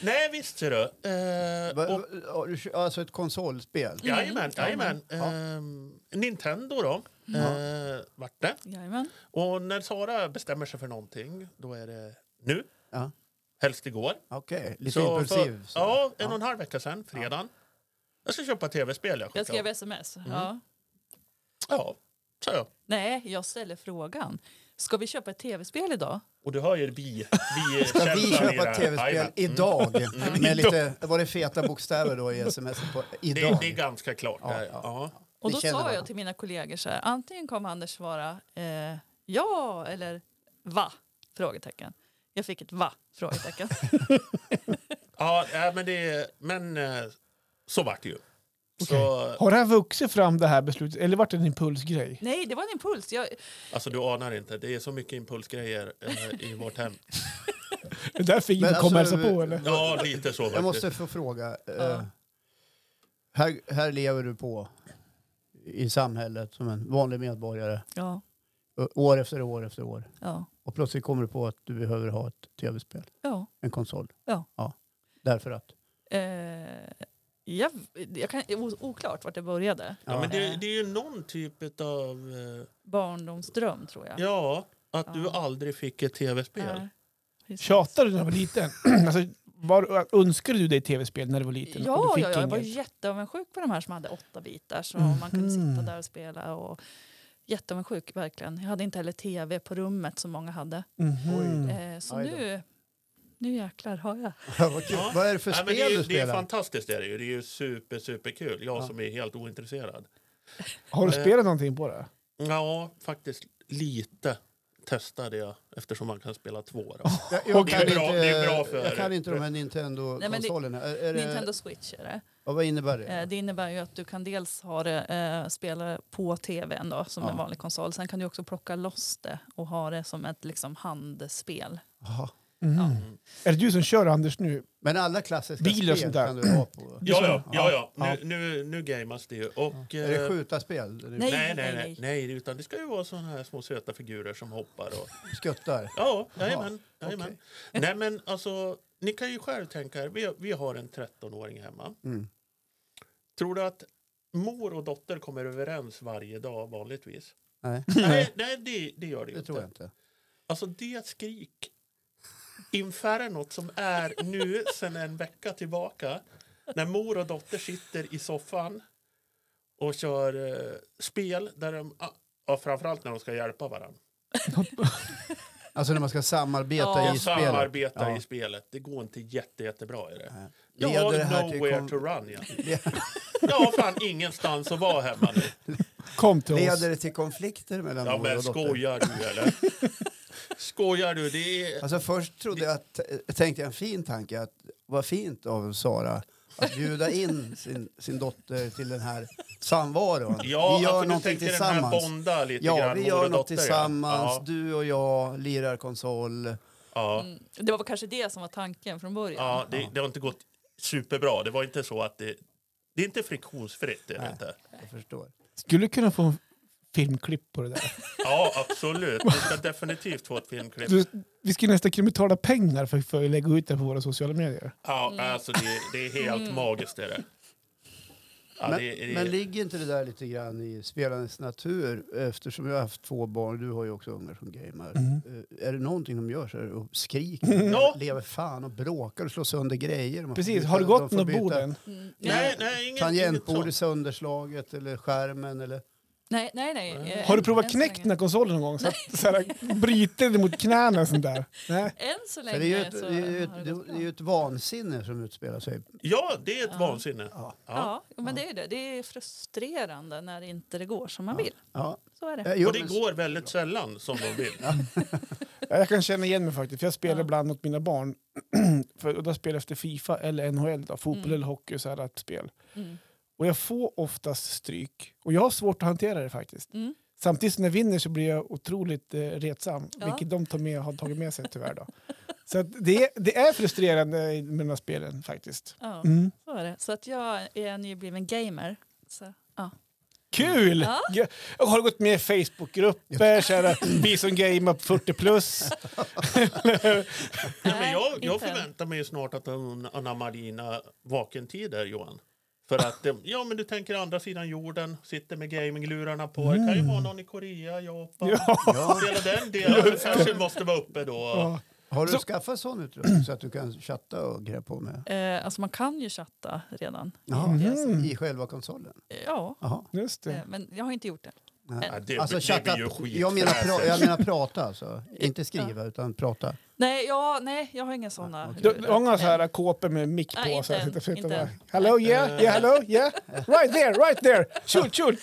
Nej, visst ser du. Eh, och, Va- ja, du kö- Alltså ett konsolspel? jajamän, jajamän. Ehm, Nintendo då, eh, vart det. Jajamän. Och när Sara bestämmer sig för någonting, då är det nu. Ja. Helst igår. Okej, lite Så impulsiv. För, så. ja, en och en halv vecka sedan, fredagen. Jag ska köpa tv-spel. Jag, Jag skickar. skrev sms. Mm. Ja. Ja, sa jag. Nej, jag ställer frågan. Ska vi köpa ett tv-spel idag? Och du hör ju bi, bi Ska vi köpa ett tv-spel Mm. idag? Med lite, var det feta bokstäver då i sms? På, Det, idag? det är ganska klart. där. Ja, Och Det då känner sa man. jag till mina kollegor så här, antingen kommer Anders svara eh, ja eller va? Frågetecken. Jag fick ett va? Frågetecken. Ja, nej, men, det, men eh, så vart det ju. Så, Har det här vuxit fram det här beslutet? Eller vart det en impulsgrej? Nej, det var en impuls. Jag, alltså, du anar inte, det är så mycket impulsgrejer eh, i vårt hem. Det är därför ingen Men kom och alltså, hälsa på eller? Ja, lite så Jag faktiskt. måste få fråga. Eh, här, här lever du på i samhället som en vanlig medborgare ja, ö- år efter år efter år. ja, Och plötsligt kommer du på att du behöver ha ett tv-spel, ja. en konsol. Ja. Därför att. Eh, jag, jag kan, o- oklart vart det började. Eh, Ja, men det, det är ju någon typ av... Eh, Barndomsdröm tror jag. Eh, ja, att du aldrig fick ett tv-spel. Ja, precis. Tjatade du när du var liten? alltså, var, önskade du dig tv-spel när du var liten? och Ja, du ja, ja, jag var inget? Mhm. jätteavundsjuk på de här som hade åtta bitar så man kunde sitta där och spela. Och, jätteavundsjuk verkligen. Jag hade inte heller tv på rummet som många hade. Mhm. Eh, så Aj då. nu, nu jäklar har jag. Vad, kul. Ja. Vad är det för Nej, spel men det, är, du ju- det är spelar? fantastiskt, det är, det ju. det är ju super, superkul. Jag som är helt ointresserad. Har du Eh. spelat någonting på det? Ja, faktiskt lite testade jag eftersom man kan spela två. Då. jag, jag Det kan är bra- inte, det är bra för- jag kan inte de här Nej, men det- Nintendo-konsolerna. Är- är det- Nintendo Switch är det. ja, Vad innebär det? Eh, det innebär ju att du kan dels ha det, eh, spela på tvn då, som Ja. en vanlig konsol. Sen kan du också plocka loss det och ha det som ett liksom, handspel. Jaha. Mhm. Mm. Mm. Är det du som kör Anders nu? Men alla klassiska Bil och spel sånt där. kan du ha på. Ja, ja, ja, ja. Ja. Nu, nu, nu gamas det ju. Och, Är det eh, skjutarspel? Är det Nej. Nej, nej, nej, nej. Utan det ska ju vara såna här små söta figurer som hoppar. Och... Skuttar? Ja, jajamän. jajamän. okej. Nej, men alltså, ni kan ju själv tänka er, vi, vi har en 13-åring hemma. Mm. Tror du att mor och dotter kommer överens varje dag vanligtvis? Nej, nej, nej det, det gör det ju det inte. tror jag inte. Alltså det skrik infernot som är nu sedan en vecka tillbaka när mor och dotter sitter i soffan och kör eh, spel där de, ah, ja, framförallt när de ska hjälpa varandra. Alltså när man ska samarbeta Ja. i Och spelet. samarbeta Ja. i spelet. Det går inte jätte, jättebra i det. Nej. Jag Leder har det här till nowhere kon- to run. Ja. Jag har fan ingenstans att vara hemma nu. Kom till oss. Leder det till konflikter mellan Ja, mor men och dotter? skojar du eller? Skojar du? Det är... Alltså först trodde jag att, eh, tänkte jag en fin tanke, att vad fint av Sara att bjuda in sin, sin dotter till den här samvaron. Ja, vi gör alltså, du någonting tänker den här tillsammans. bonda lite Ja, grann, vi mor gör och något dotter, ja. tillsammans. Ja, Du och jag lirar konsol. ja. Mm. Det var väl kanske det som var tanken från början. Ja, det, det har inte gått superbra. Det var inte så att det... Det är inte friktionsfritt. Det är det Nej. inte. Jag förstår. Skulle kunna få en filmklipp på det där. Ja, absolut. Vi ska definitivt få ett filmklipp. Du, vi skulle nästan kunna betala pengar för, för att lägga ut det på våra sociala medier. Ja, alltså det, det är helt Mm. magiskt. Det är det. Ja, men, det, det, men ligger inte det där lite grann i spelandets natur? Eftersom jag har haft två barn, du har ju också ungar som gamer. Mm. Eh, Är det någonting de gör så är det att skrika, Ja. lever fan och bråkar och slår sönder grejer. De får Precis, byta- har det de gått får något byta bord än? Mm. nej, nej, inget, inget Tangentbord är sånt. sönderslaget eller skärmen eller... Nej, nej, nej. eh, Har du än provat så knäckt länge. den här konsolen någon gång? Så att, så här, bryter det mot knäna och sånt där? Nej. Än så Så länge det är ju ett, så det är ju ett, har det gått bra. är ju ett vansinne som utspelar sig. Ja, det är ett Ja. vansinne. Ja. Ja. Ja, men det är ju det. Det är frustrerande när inte det går som man Ja. vill. Ja. Så är det. Eh, jo, Och det men- går väldigt sällan som de vill. Ja, Jag kan känna igen mig faktiskt, för jag spelar Ja. ibland mot mina barn. för, och då spelar jag efter Fifa eller NHL, då, fotboll Mm. eller hockey, så här, ett spel. Mm. Och jag får oftast stryk. Och jag har svårt att hantera det faktiskt. Mm. Samtidigt som jag vinner så blir jag otroligt eh, retsam, Ja. vilket de tar med, har tagit med sig tyvärr. Då. så att det, det är frustrerande med de här spelen faktiskt. Ja, Mm. så är det. Så att jag är nybliven gamer. Så, ja. Kul! Ja. Jag jag har gått med i Facebookgrupper, så här, vi som gamer på 40 plus. Nej, men jag, jag inte än. förväntar mig ju snart att de anammar dina vakentider, Johan. För att, eh, ja men du tänker andra sidan jorden, sitter med gaminglurarna på. Det kan ju vara någon i Korea, Japan. Ja. Ja. Hela den delen kanske måste vara uppe då. Ja. Har du Så- skaffat sån utrustning så att du kan chatta och greja på med? Eh, alltså man kan ju chatta redan. Eh, Jaha. Mhm. I själva konsolen? Ja, Jaha. Just det. eh, men jag har inte gjort det. Nej. Ja, det, Alltså det chatta, blir ju skit jag, menar för pra, sig. jag menar prata alltså. Inte skriva utan prata. Nej, ja, nej jag har inga sådana. okej. Du, du har några så här kåpor med mick på. Nej, inte så här, än, sitter, sitter inte bara, än. hello yeah, yeah, hello yeah, right there, right there, shoot, shoot.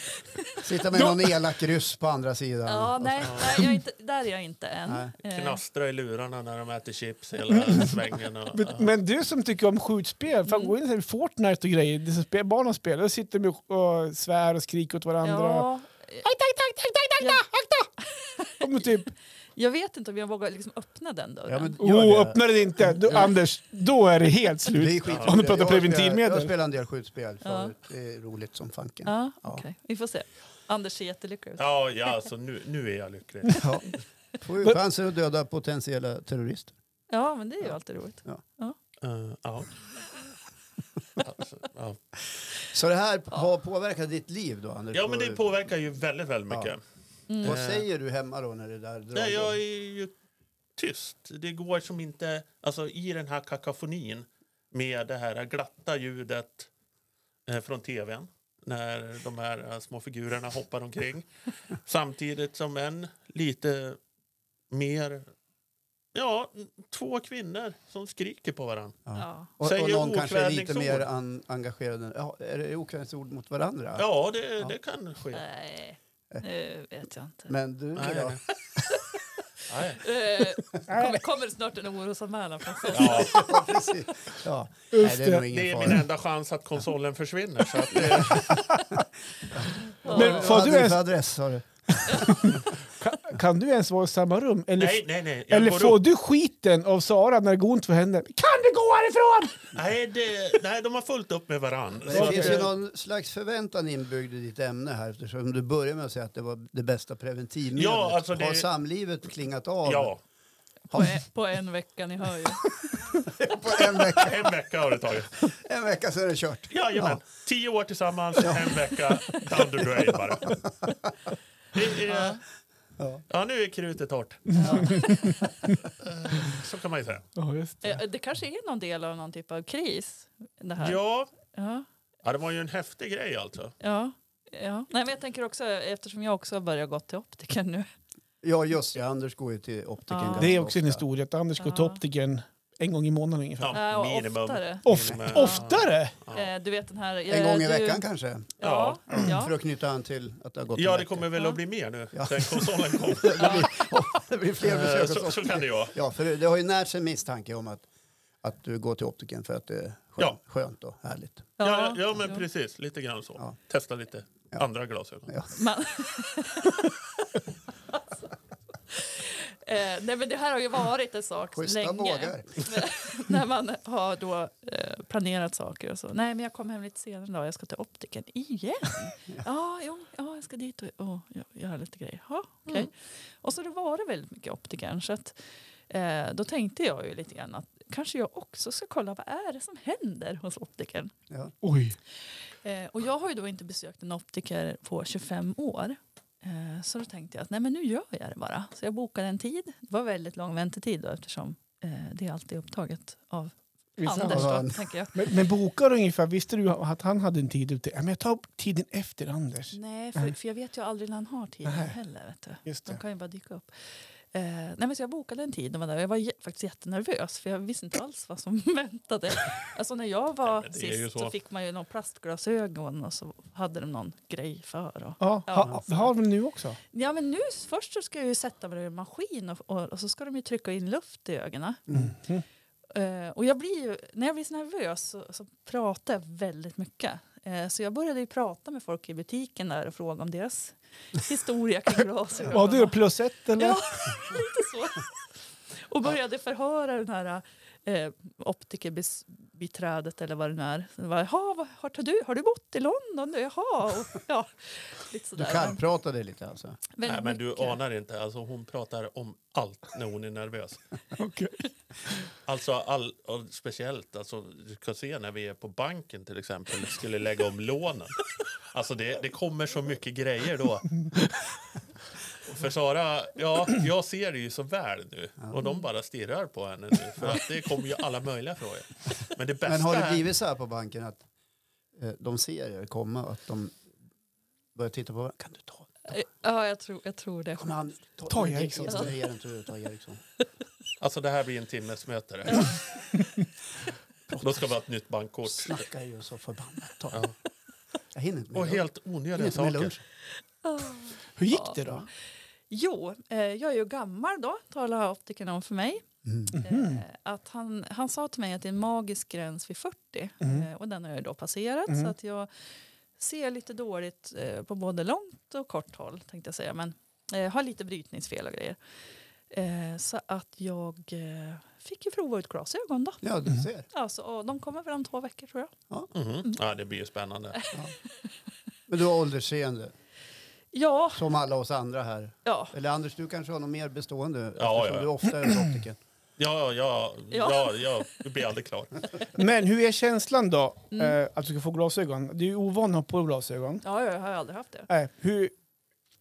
Sitta med någon elak ryss på andra sidan. Ja, Och så- nej, nej jag är inte, där är jag inte än. Nej. Eh, Knastra i lurarna när de äter chips Mm. hela svängen. Och, Men, men du som tycker om skjutspel, fan, gå in i Fortnite och grejer, det som spel, barnen spelar, då sitter de och och svär och skriker åt varandra. ja, Eh, Akta, akta, akta, akta, akta, akta! Och men typ, jag vet inte om jag vågar liksom öppna den dörren. Ja, men gör oh, det. öppna det inte, du, Anders, då är det helt slut. Det är skit. Om du pratar Jag spelar- preventivmedel. Jag spelar en del skjutspel förut. Det är roligt som fanken. Ja, okej. Vi får se. Anders ser jättelycklig ut. ja, ja alltså, nu, nu är jag lycklig. Ja. Får ju chansen att döda potentiella terrorister. Ja, men det är ju alltid roligt. Mm. Eh, ja. Alltså, ja. Så det här har påverkat ditt liv då Anders? ja, men det Vad- påverkar ju väldigt, väldigt mycket. Ja. Mm. Vad Eh, säger du hemma då när det där drar Nej, jag igång? är ju tyst. Det går som inte... Alltså i den här kakafonin med det här glatta ljudet eh, från tvn när de här eh, små figurerna hoppar omkring samtidigt som en lite mer... Ja, två kvinnor som skriker på varandra. Ja. Och, och säger någon kanske är lite okvädningsord. mer an, engagerad. än- Ja, är det okvädingsord mot varandra? Ja, det, det kan ske. Nej, nu vet jag inte. Men du Nej, då? nej. Nej. Eh, kommer, kommer det snart en orosanmälan från folk? Ja, Ja, precis. Ja. Nej, det är nog det ingen är fara. min enda chans att konsolen försvinner. Så att, eh, Ja. Men Vad får hade du du ens- för adress sa du? Kan, kan du ens vara i samma rum? Eller, nej, nej, nej. Jag eller går får du skiten av Sara när det går ont för henne? Kan du gå härifrån? Nej, det, nej, de har fullt upp med varann. Men Så det att, finns ju eh, någon slags förväntan inbyggd i ditt ämne här eftersom du börjar med att säga att det var det bästa preventivmedlet. Ja, alltså det- Har samlivet klingat av? ja, På en, på en vecka, ni hör ju. På en vecka, En vecka har det tagit. en vecka så är det kört. Jajamän. Ja. Tio år tillsammans, en vecka, down the drain bara. Det är, Ja. ja, nu är krutet torrt. Så kan man ju säga. Ja, just det. Eh, Det kanske är någon del av någon typ av kris. Det här. Ja, Ja, ja det var ju en häftig grej alltså. ja, ja. Nej, men jag tänker också, eftersom jag också har börjat gå till optiker nu. Ja, just det. Anders går ju till optiken. Ja. ganska Det är också en ofta. historia att Anders går Ja. till optiken en gång i månaden ungefär. Ja, Äh, och minimum. oftare. Of, Minimum. Oftare? Eh, Du vet den här... eh, En gång i du- veckan kanske. Ja, För ja. att knyta an till att det har gått en Ja, det vecka. kommer väl Ja. att bli mer nu Ja. sen konsolen kom. det blir fler Eh, besök hos Så, så optiken. kan det vara. Ja, för det, det har ju närt sig en misstanke om att, att du går till optiken för att det är skön, Ja. skönt och härligt. Ja, ja, men jo. precis. Lite grann så. Ja. Testa lite Ja. andra glasögon. Ja. Men, eh, nej, men det här har ju varit en sak Schyssta länge. Mm. bågar. när man har då eh, planerat saker och så. Nej, men jag kom hem lite senare idag. Jag ska till optiken igen. ja, jo, ja, jag ska dit och, och gö- göra lite grejer. Ja, okej. Och så det var det väldigt mycket optiken. Så att, eh, då tänkte jag ju lite grann att kanske jag också ska kolla vad är det som händer hos optiken. Ja. Oj. Eh, och jag har ju då inte besökt en optiker på 25 år. Eh, så då tänkte jag att nej men nu gör jag det bara. Så jag bokade en tid. Det var väldigt lång väntetid då eftersom eh, det alltid är upptaget av Visst, Anders han- han- då, tänker jag. Men, men bokar du ungefär, visste du att han hade en tid ute? Ja, men jag tar tiden efter Anders. Nej, för, för jag vet ju aldrig när han har tid Nej. heller. Vet du. Just De det. kan ju bara dyka upp. Eh, nej, men så jag bokade en tid och var där. Jag var jä- faktiskt jättenervös för jag visste inte alls vad som väntade. Alltså när jag var men det är ju sist så. så. fick man ju någon plastglasögon och så hade de någon grej för. Och, Ja, Ja, ha, det har vi nu också. Ja, men nu först så ska jag ju sätta mig i en maskin och, och, och så ska de ju trycka in luft i ögonen. Mm. Mm. Eh, och jag blir ju, när jag blir så nervös så, så pratar jag väldigt mycket. Eh, så jag började ju prata med folk i butiken där och fråga om deras historia kring glasögon. Var du plus ett eller? Ja, lite så. Och började förhöra den här eh, optikerbiträdet eller vad det nu är. Så det var, Jaha, vad- har, tar du, har du bott i London? nu? Jaha. Och, ja, lite Du sådär. kan prata det lite alltså. Men, Nej, väldigt men du mycket. anar inte. Alltså, hon pratar om allt när hon är nervös. Okej. Alltså all, och speciellt, alltså, du kan se när vi är på banken till exempel, skulle lägga om lånen. Alltså det, det kommer så mycket grejer då. För Sara, ja, jag ser det ju så väl nu. Och de bara stirrar på henne nu. För att det kommer ju alla möjliga frågor. Men det bästa Men har det är- blivit så här på banken att eh, de ser er komma och att de börjar titta på varandra? Kan du ta? Eh, Ja, jag tror, jag tror det. Kom an, ta, Ta Eriksson. Jag ger en tur och ta Eriksson. Alltså det här blir en timmes möte. det. Då ska vi ha ett nytt bankkort. Snackar ju så förbannat. Ta. Ja. Jag hinner inte med Och lunch. helt Jag onödiga hinner inte med saker. lunch. Hur gick det då? Jo, eh, jag är ju gammal då, talade optikern om för mig. Mm. Mm. Eh, att han, han sa till mig att det är en magisk gräns vid 40 eh, och den har jag ju då passerat. Så att jag ser lite dåligt eh, på både långt och kort håll tänkte jag säga. Men eh, har lite brytningsfel och grejer. Eh, så att jag eh, fick ju prova ut glasögon då. Ja, du ser. Alltså, och de kommer väl om två veckor tror jag. Mhm. Ja, det blir ju spännande. Men du har åldersseende, Ja, som alla oss andra här. ja. Eller Anders, du kanske har något mer bestående ja, eftersom ja. du ofta är hos optiken. Ja, ja, ja, ja, ja, det blir aldrig klart. Men hur är känslan då Mm. eh, att du ska få glasögon? Du är ju ovan att ha på dig glasögon. ja, jag har ju aldrig haft det. Nej, hur,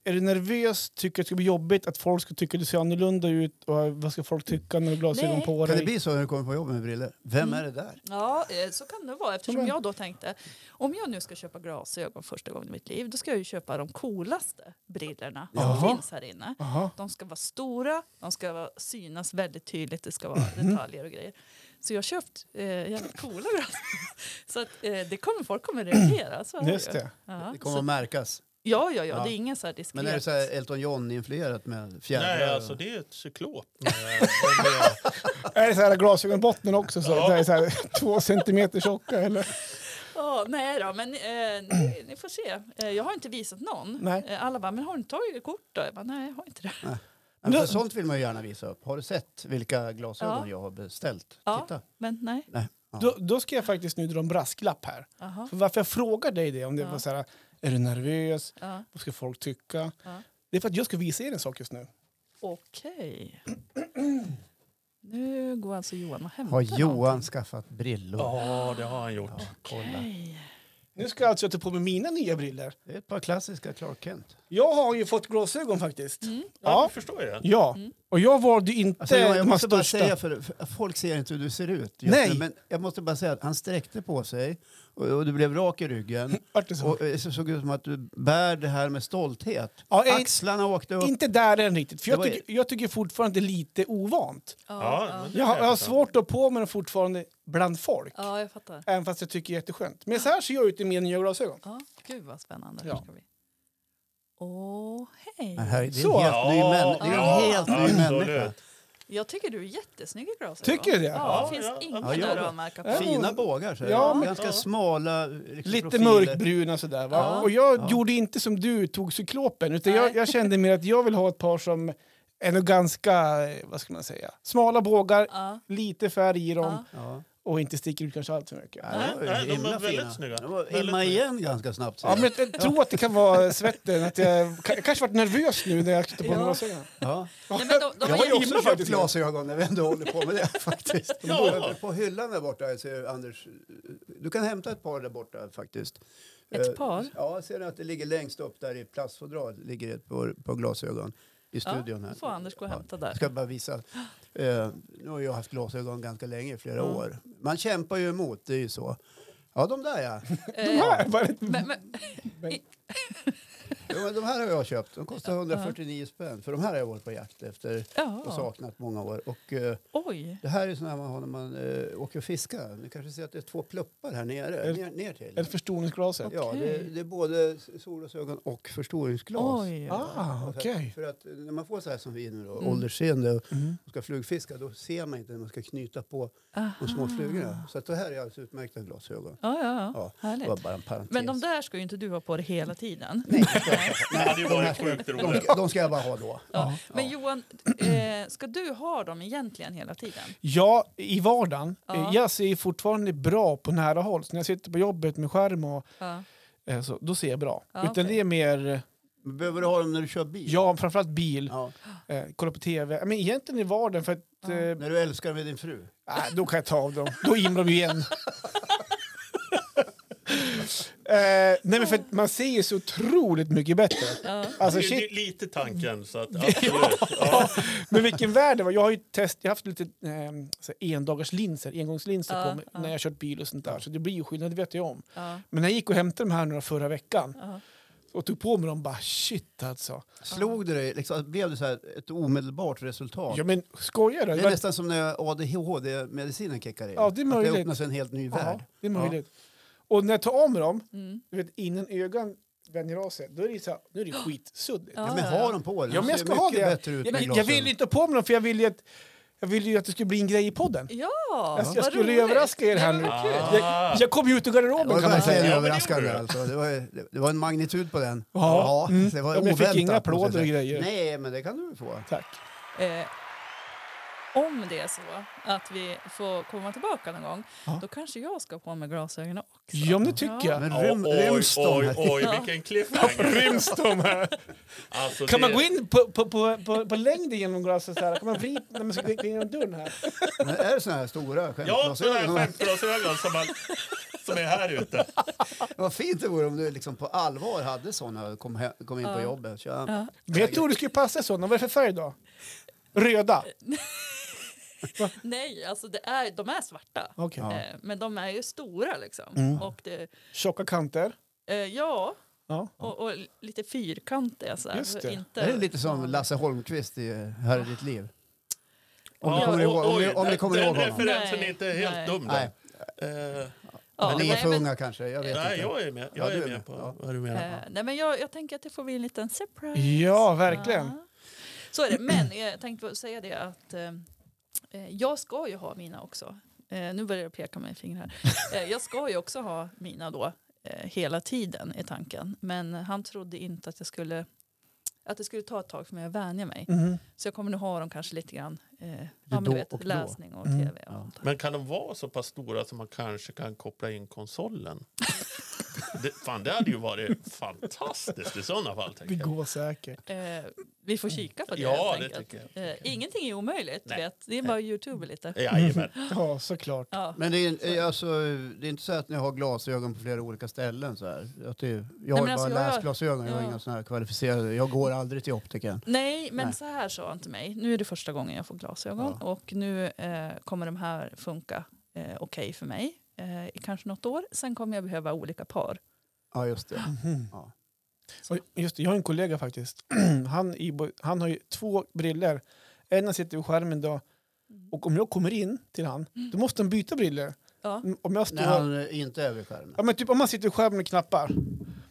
är du nervös? Tycker du att det ska bli jobbigt att folk ska tycka att du ser annorlunda ut? Och eh, vad ska folk tycka när du har glasögon Nej. på dig? Kan det bli så när du kommer på jobbet med briller? Vem är det där? Ja, eh, så kan det vara. Eftersom Men- jag då tänkte, om jag nu ska köpa glasögon första gången i mitt liv, då ska jag ju köpa de coolaste brillorna som Jaha. finns här inne. Aha. De ska vara stora, de ska vara, synas väldigt tydligt, det ska vara Mhm. detaljer och grejer. Så jag har köpt eh, jävligt coola glasögon. Så att, eh, det kommer, folk kommer reagera. Så är Just ju. det. Ja. Det kommer att märkas. ja, ja, ja, Ja. det är ingen så här diskret. Men är det så här Elton John-influerat med fjädrar? Nej, alltså det är ett cyklop. med- med- Är det så här glasögonbotten också? Så, så här, så här, två centimeter tjocka eller? Ja, nej då, men eh, ni, ni får se. Eh, jag har inte visat någon. Nej. Eh, alla bara, men har du inte tagit kort då? Jag bara, nej, jag har inte det. Ja, men för sånt vill man ju gärna visa upp. Har du sett vilka glasögon Ja. jag har beställt? Ja. Titta. Men nej. Nej. Ja. Då, då ska jag faktiskt nu dra en brasklapp här. Aha. För varför jag frågar dig det, om det var så här, är du nervös? Ja. Vad ska folk tycka? Ja. Det är för att jag ska visa er en sak just nu. Okej. Nu går alltså Johan och hämtar Har Johan någonting. skaffat brillor? Ja, det har han gjort. Kolla. Hej. Nu ska jag alltså ta på mig mina nya briller. Det är ett par klassiska Clark Kent. Jag har ju fått glasögon faktiskt. Ja, det förstår jag. Ja, och jag valde inte Mm. Alltså, jag, jag de här måste bara största. säga, för, för folk ser inte hur du ser ut. just Nej. Nu, men jag måste bara säga att han sträckte på sig och, och du blev rak i ryggen. Vart det så? Och eh, så såg ut som att du bär det här med stolthet. Ja, jag- Axlarna åkte upp. Inte där än riktigt, för Det jag var- tycker, jag tycker fortfarande det är lite ovant. Ja, Ja, men det Jag har, kan jag har förstå. svårt att ha på mig dem fortfarande bland folk, ja, jag fattar. även fast jag tycker det är jätteskönt. Men så här ser jag ut i mina nya glasögon. Ja, gud vad spännande. Ja. Här Ska vi. Åh, hej. Men herre, det är en Så. helt ny, män, det är Ja, en helt ny absolut. människa. Jag tycker du är jättesnygg i glasögon. Tycker du det? Ja, Ja, det finns ja, inget ja, ja. där att anmärka på. Ja. Fina bågar, så Ja, ja, men- ganska ja. smala liksom, Lite profiler. mörkbruna sådär. Va? Ja. Och jag Ja. gjorde inte som du, tog cyklopen. Utan Nej. jag, jag kände mer att jag vill ha ett par som är nog ganska, eh, vad ska man säga, smala bågar, Ja. lite färg i dem Ja. Ja. och inte sticker ut kanske allt för mycket. Ja, det var ju Nej, de himla var väldigt fina. snygga. De var Väldigt hemma snygga. igen ganska snabbt. Ja, men jag, jag tror att det kan vara svetten. Att jag, ka- kanske varit nervös nu när jag satte på mig Ja. glasögonen. ja. Nej, men de, de var Jag har ju jätte- också köpt glasögon. glasögon när vi ändå håller på med det faktiskt. Ja. På hyllan där borta jag ser Anders, du kan hämta ett par där borta faktiskt. Ett Eh, par? Ja, ser du att det ligger längst upp där i plastfodral ligger ett par, par glasögon i studion här. då får Anders gå och hämta där. Jag ska bara visa. Eh, nu har jag haft glasögon ganska länge, flera år. Man kämpar ju emot, det är ju så. Ja, de där ja. De Eh, här, var det- men, men, Jo, men De här har jag köpt. De kostar 149 spänn. För de här har jag varit på jakt efter och ja. saknat många år. Och, eh, Oj. Det här är sådana här man har när man eh, åker och fiskar. Ni kanske ser att det är två pluppar här nere. Ett- Ner, ner till. Eller förstoringsglaset. Ja, det, Okej. det är både solglasögon och förstoringsglas. Oj. Ah, För att- okej. För att eh, när man får så här som vi nu då, Mm. åldersseende och Mm. ska flugfiska, då ser man inte när man ska knyta på Aha. de små Ah. flugorna. Så att det här är alldeles utmärkta glasögon. Ja, ja, ja. Ja, Det var Härligt. bara en parentes. Men de där ska ju inte du ha på dig hela tiden. Nej, det ska jag inte. Det hade ju varit sjukt de, roligt. ska, de ska jag bara ha då. Ja. Men Johan, eh, ska du ha dem egentligen hela tiden? Ja, i vardagen. Ja. Eh, Jag ser ju fortfarande bra på nära håll. Så när jag sitter på jobbet med skärm och, Ja. eh, så, då ser jag bra. Ja, Utan okej. det är mer, eh, Men Behöver du ha dem när du kör bil? ja, framförallt bil, Ja. eh, kolla på tv. Eh, Men egentligen i vardagen, för att Ja. eh, När du älskar med din fru? nej, då kan jag ta av dem. Då är de ju igen. eh, nej, men för att man ser ju så otroligt mycket bättre. Ja. Det Alltså, är shit, li- lite tanken. Så att, absolut. Ja. Ja, men vilken värld det var. Jag har ju test, jag har haft lite eh, så här endagars linser, engångslinser Ja, på mig ja. när jag har kört bil och sånt där. Så det blir ju skillnad, det vet jag om. Ja. Men när jag gick och hämtade de här nu då förra veckan Ja. och tog på mig dem, bara shit alltså. Slog det dig? Liksom, blev det så här ett omedelbart resultat? Ja men skojar du? det Det är var- nästan som när ADHD-medicinen kickar in. Ja, det är Att möjligt. det öppnas en helt ny ja, värld. det är möjligt. Och när jag tar av mig dem, Mm. du vet, innan ögon vänjer av sig, då är det ju så här, nu är det skitsuddigt. Ja. Ja, men ha dem på dig. Ja, men jag ser ska ha mycket det. bättre ut med Jag, jag glasögon. vill ju inte ha på mig dem för jag vill ju att, jag vill ju att det skulle bli en grej i podden. Ja, Jag, vad jag skulle roligt. överraska er här Det nu. var kul. Ah. Jag, jag kom ju ut ur garderoben Det var kan man säga. verkligen Ja, men det överraskande. gjorde du. Alltså. Det, var, det, det var en magnitud på den. Ja, mm. det var Ja, men jag fick oväntat, inga applåder måste jag säga. och grejer. Nej, men det kan du väl få. Tack. Eh, om det är så att vi får komma tillbaka någon gång, Ja. då kanske jag ska ha på mig glasögonen också. Ja, men det tycker jag. Men Ja, rym, oj, ryms de oj, här? oj, vilken cliffhanger. Ryms de här? Alltså, Kan det- man gå in på, på, på, på, på längden genom glaset så här? Kan man vrida när man ska gå in genom dörren här? Men är det såna här stora Ja, sådana här skämtglasögon? skämtglasögon som, man- som är här ute. Vad fint det vore om du liksom på allvar hade såna och kom, he- kom in på jobbet. Tja. Ja. Men jag tror det skulle passa sådana. Vad är det för färg då? Röda? Nej, alltså det är, de är svarta. Okej. Eh, men de är ju stora liksom. Mm. Och det, Tjocka kanter? eh, ja, Ja. och, och lite fyrkantiga. Så här. Just det. Inte, Det är lite som Lasse Holmqvist i Här är ditt liv. Om ni Ja, kommer oj, ihåg, om ni, oj, om ni kommer den ihåg honom. referensen Nej, är inte helt nej. dum. Nej, Nej. Eh, Ja, men ni är nej, för men- unga kanske. Jag vet nej, inte. jag är med. Ja, Jag du är är med med. på Ja. vad du menar. Eh, nej, men jag, jag tänker att det får bli en liten surprise. Ja, verkligen. Ja. Så är det. Men jag tänkte bara säga det att eh, eh, jag ska ju ha mina också. Eh, nu börjar jag peka med fingrar här. Eh, jag ska ju också ha mina då eh, hela tiden i tanken. Men han trodde inte att jag skulle att det skulle ta ett tag för mig att vänja mig. Mhm. Så jag kommer nog ha dem kanske lite grann. Eh, ja, då men du och vet, då. läsning och Mm. tv. Och Ja. sånt där. Men kan de vara så pass stora som man kanske kan koppla in konsolen? det, fan, det hade ju varit fantastiskt i sådana fall. Det Tänker jag. går säkert. Eh, Vi får kika på det Ja, helt det enkelt. tycker jag. Eh, Ingenting är omöjligt, Nej. Mm. vet. det är bara att youtuba lite. Jajamän. Ja, såklart. Ja. Men det är, är alltså, det är inte så att ni har glasögon på flera olika ställen? Så här. Att det, jag har men ju alltså, bara jag har- läsglasögon, jag har ja. inga såna här kvalificerade. Jag går aldrig till optiken. Nej, men Typ. Nej. så här sa han till mig. Nu är det första gången jag får glasögon och nu eh, kommer de här funka eh, okej för mig eh, i kanske något år. Sen kommer jag behöva olika par. Ja, just det. Mhm. Ja. Och Just det, jag har en kollega faktiskt. Han, i, han har ju två briller. Ena sitter vid skärmen då. Och om jag kommer in till han, då måste han byta briller. Ja. Om jag står... När han eh, inte är vid skärmen. Ja, men typ om man sitter vid skärmen och knappar.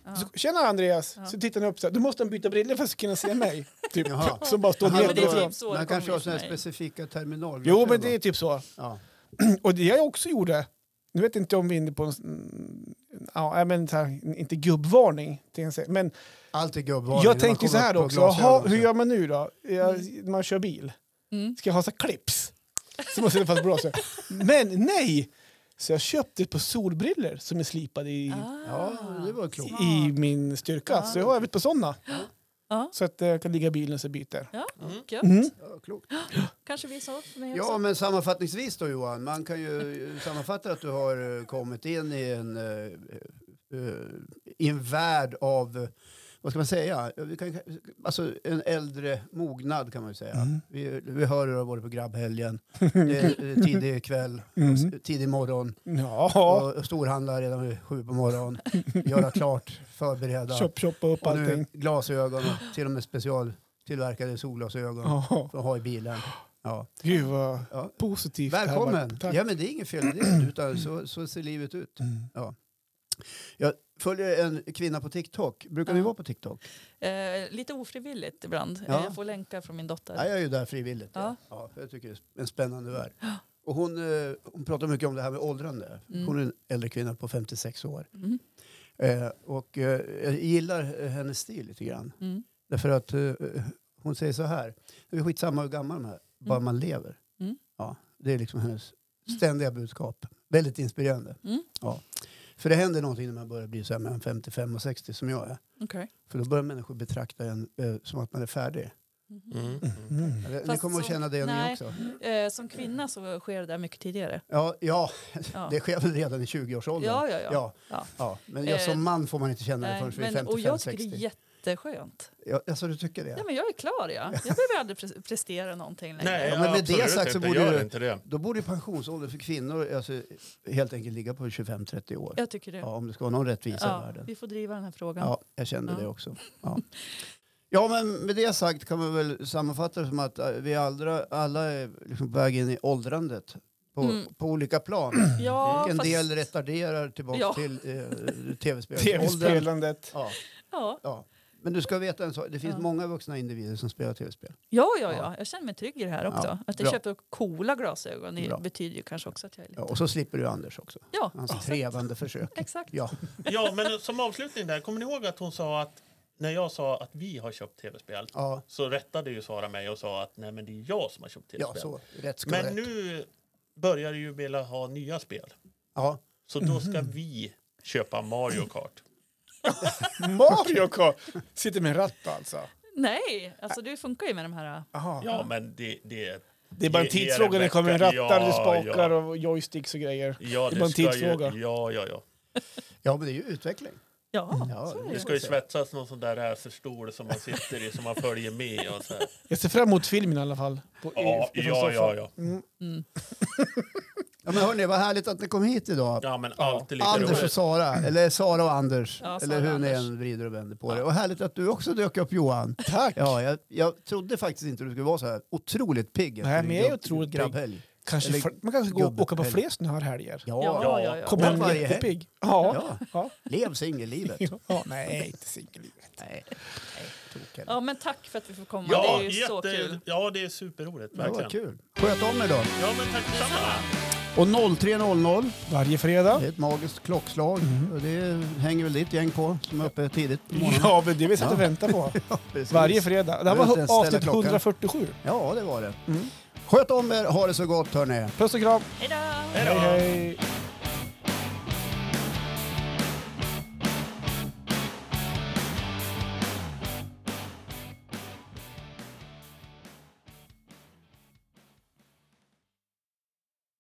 Ja. Så, Tjena Andreas! Ja. Så tittar han upp så här. Då måste han byta briller för att kunna se mig. typ. Jaha. Som bara står Han Ja, men helt det är då- ifrån. typ så Men det han kanske har kommer bli för såna här mig. specifika terminaler. Jo, men det är typ så. Ja. Och det jag också gjorde, nu vet inte om vi är inne på en, mm, ja, nej, men så här, inte gubbvarning, tänkte jag säga. men Allt är gubbvarning. jag Man tänkte ju så kommer här på också, glasögon jaha, så- hur gör man nu då? Jag, Man kör bil, Mm. ska jag ha så här clips? Som man sätter fast bra så. Men nej! Så jag köpte ett par solbriller som är slipade Ah. i, Ja, det var klokt. smart. i min styrka, så jag har övat på sådana. Ja. Så att eh, jag kan ligga i bilen så jag byter. Mm. Ja, Mm. gött. Ja, klokt. Kanske vi sa för mig Ja, också. men sammanfattningsvis då Johan, man kan ju sammanfatta att du har eh, kommit in i en, eh, eh, i en värld av, eh, vad ska man säga, Vi kan- alltså en äldre mognad kan man ju säga. Mm. Vi, vi hör hur det har varit på grabbhelgen, det är, eh, tidig kväll, s- tidig morgon, Mm. Ja, och storhandlar redan vid sju på morgonen, göra klart, förbereda, chop, choppa upp och nu allting. glasögon, och till och med specialtillverkade solglasögon. Ja, För att ha i bilen. Ja. gud vad Ja. positivt. det här var. Välkommen! Tack. Mm. Ja, men det är inget fel med det, utan så, så ser livet ut. Ja. Jag följer en kvinna på TikTok. Brukar ni Ja. vara på TikTok? Eh, lite ofrivilligt ibland. Ja. Eh, Jag får länkar från min dotter. Nej, jag är ju där frivilligt. Ja. Ja. Ja, för jag tycker det är en spännande värld. Och hon, eh, hon pratar mycket om det här med åldrande. Hon är en äldre kvinna på 56 år. Mm. Eh, och eh, jag gillar eh, hennes stil lite grann. Mm. Därför att eh, hon säger så här. Det är skitsamma hur gammal man är, bara man lever. Mm. Ja, det är liksom hennes ständiga budskap. Väldigt inspirerande. Mm. Ja. För det händer någonting när man börjar bli så här mellan 55 och 60 som jag är. Okej. För då börjar människor betrakta en eh, som att man är färdig. Mm. Mm. Eller, ni Fast kommer att som- känna det ni nej. också. Eh, som kvinna så sker det där mycket tidigare. Ja, ja, Ja. det sker väl redan i 20-årsåldern. Ja, ja, ja. Ja, Ja. ja. Men jag, Eh, som man får man inte känna det Nej, förrän vid men, och jag tycker 55-60. det är jätteskönt. Ja, alltså du tycker det? Ja, men jag är klar, ja. Jag behöver aldrig pre- prestera någonting längre. Nej, Ja, men med det absolut sagt så inte. borde Gör du- inte det. Då borde pensionsåldern för kvinnor alltså, helt enkelt ligga på 25-30 år. Jag tycker det. Ja, om det ska vara någon rättvisa Ja, i världen. vi får driva den här frågan. Ja, jag kände Ja. det också. Ja. ja, men med det sagt kan man väl sammanfatta det som att eh, vi alla, alla är liksom på väg in i åldrandet på, Mm. på olika plan. Ja, Mm. en fast- del retarderar tillbaka Ja. till eh, tv-spelsåldern. Tv-spelandet. Ja, Ja, ja. Men du ska veta en sak, det finns Ja. många vuxna individer som spelar tv-spel. ja, ja, Ja. ja. Jag känner mig trygg i det här också. Ja, Att jag bra. köper coola glasögon det Bra. betyder ju kanske också att jag är Ja, lite... Alltså, och så slipper du Anders också. Ja, Hans trevande försök. exakt. Ja. Ja, men som avslutning där, kommer ni ihåg att hon sa att när jag sa att vi har köpt tv-spel Ja, så rättade ju Sara mig och sa att nej men det är jag som har köpt ja, tv-spel. så. Rätt ska vara men rätt. nu börjar ju vilja ha nya spel. Ja. Så då ska vi köpa Mario Kart. Mario Kart! Sitter med en ratt alltså. Nej, alltså det funkar ju med de här... Aha. Ja, men det, det, Det är bara en Ge- ge tidsfråga. Det Rebecca- kommer en rattar, Ja, det spakar ja. och joysticks och grejer. ja, Det är det bara en ska ju- tidsfråga. Ja, ja, ja. ja, men det är ju utveckling. Ja, Ja, så är Det det. ska ju svetsas någon sån där racerstol som man sitter i som man följer med och så här. Jag ser fram emot filmen i alla fall. På, Ja, i- från ja, ja, soffan. ja. Ja, men hörni, vad härligt att ni kom hit idag. Ja, men alltid lika Anders och roligt. Sara, eller Sara och Anders, Ja, Sara eller hur och ni Anders. än vrider och vänder på det. Och härligt att du också dök upp Johan. Tack! Ja, jag, jag trodde faktiskt inte du skulle vara så här otroligt pigg. efter Nej, din men jag är grabb- otroligt pigg. grabbhelg. Kanske Eller för, man kanske går och gubbe- åker på eller- fler sådana här helger. Ja, Ja, ja, ja. Kommer Ja, hem varje helg. jättepigg. Ja. Ja. Ja. lev singellivet. Ja. Nej, inte singellivet. Nej, nej, tokig. Ja, men tack för att vi får komma. Ja, det är ju så kul. jätte, ja, det är superroligt. Det var Verkligen. kul. Sköt om er då. Ja, men tack detsamma. Och 03.00, Varje fredag. det är ett magiskt klockslag. Och det hänger väl ditt gäng på som är uppe tidigt på morgonen. Mm. Ja, men det vi satt och väntade på. precis. Varje fredag. Det Jag här vet inte var ens ställa avsnitt klockan. 147. Mm. Ja, det var det. Sköt om er, ha det så gott hörni. Puss och kram. Hej då! Hej Hej, då. hej.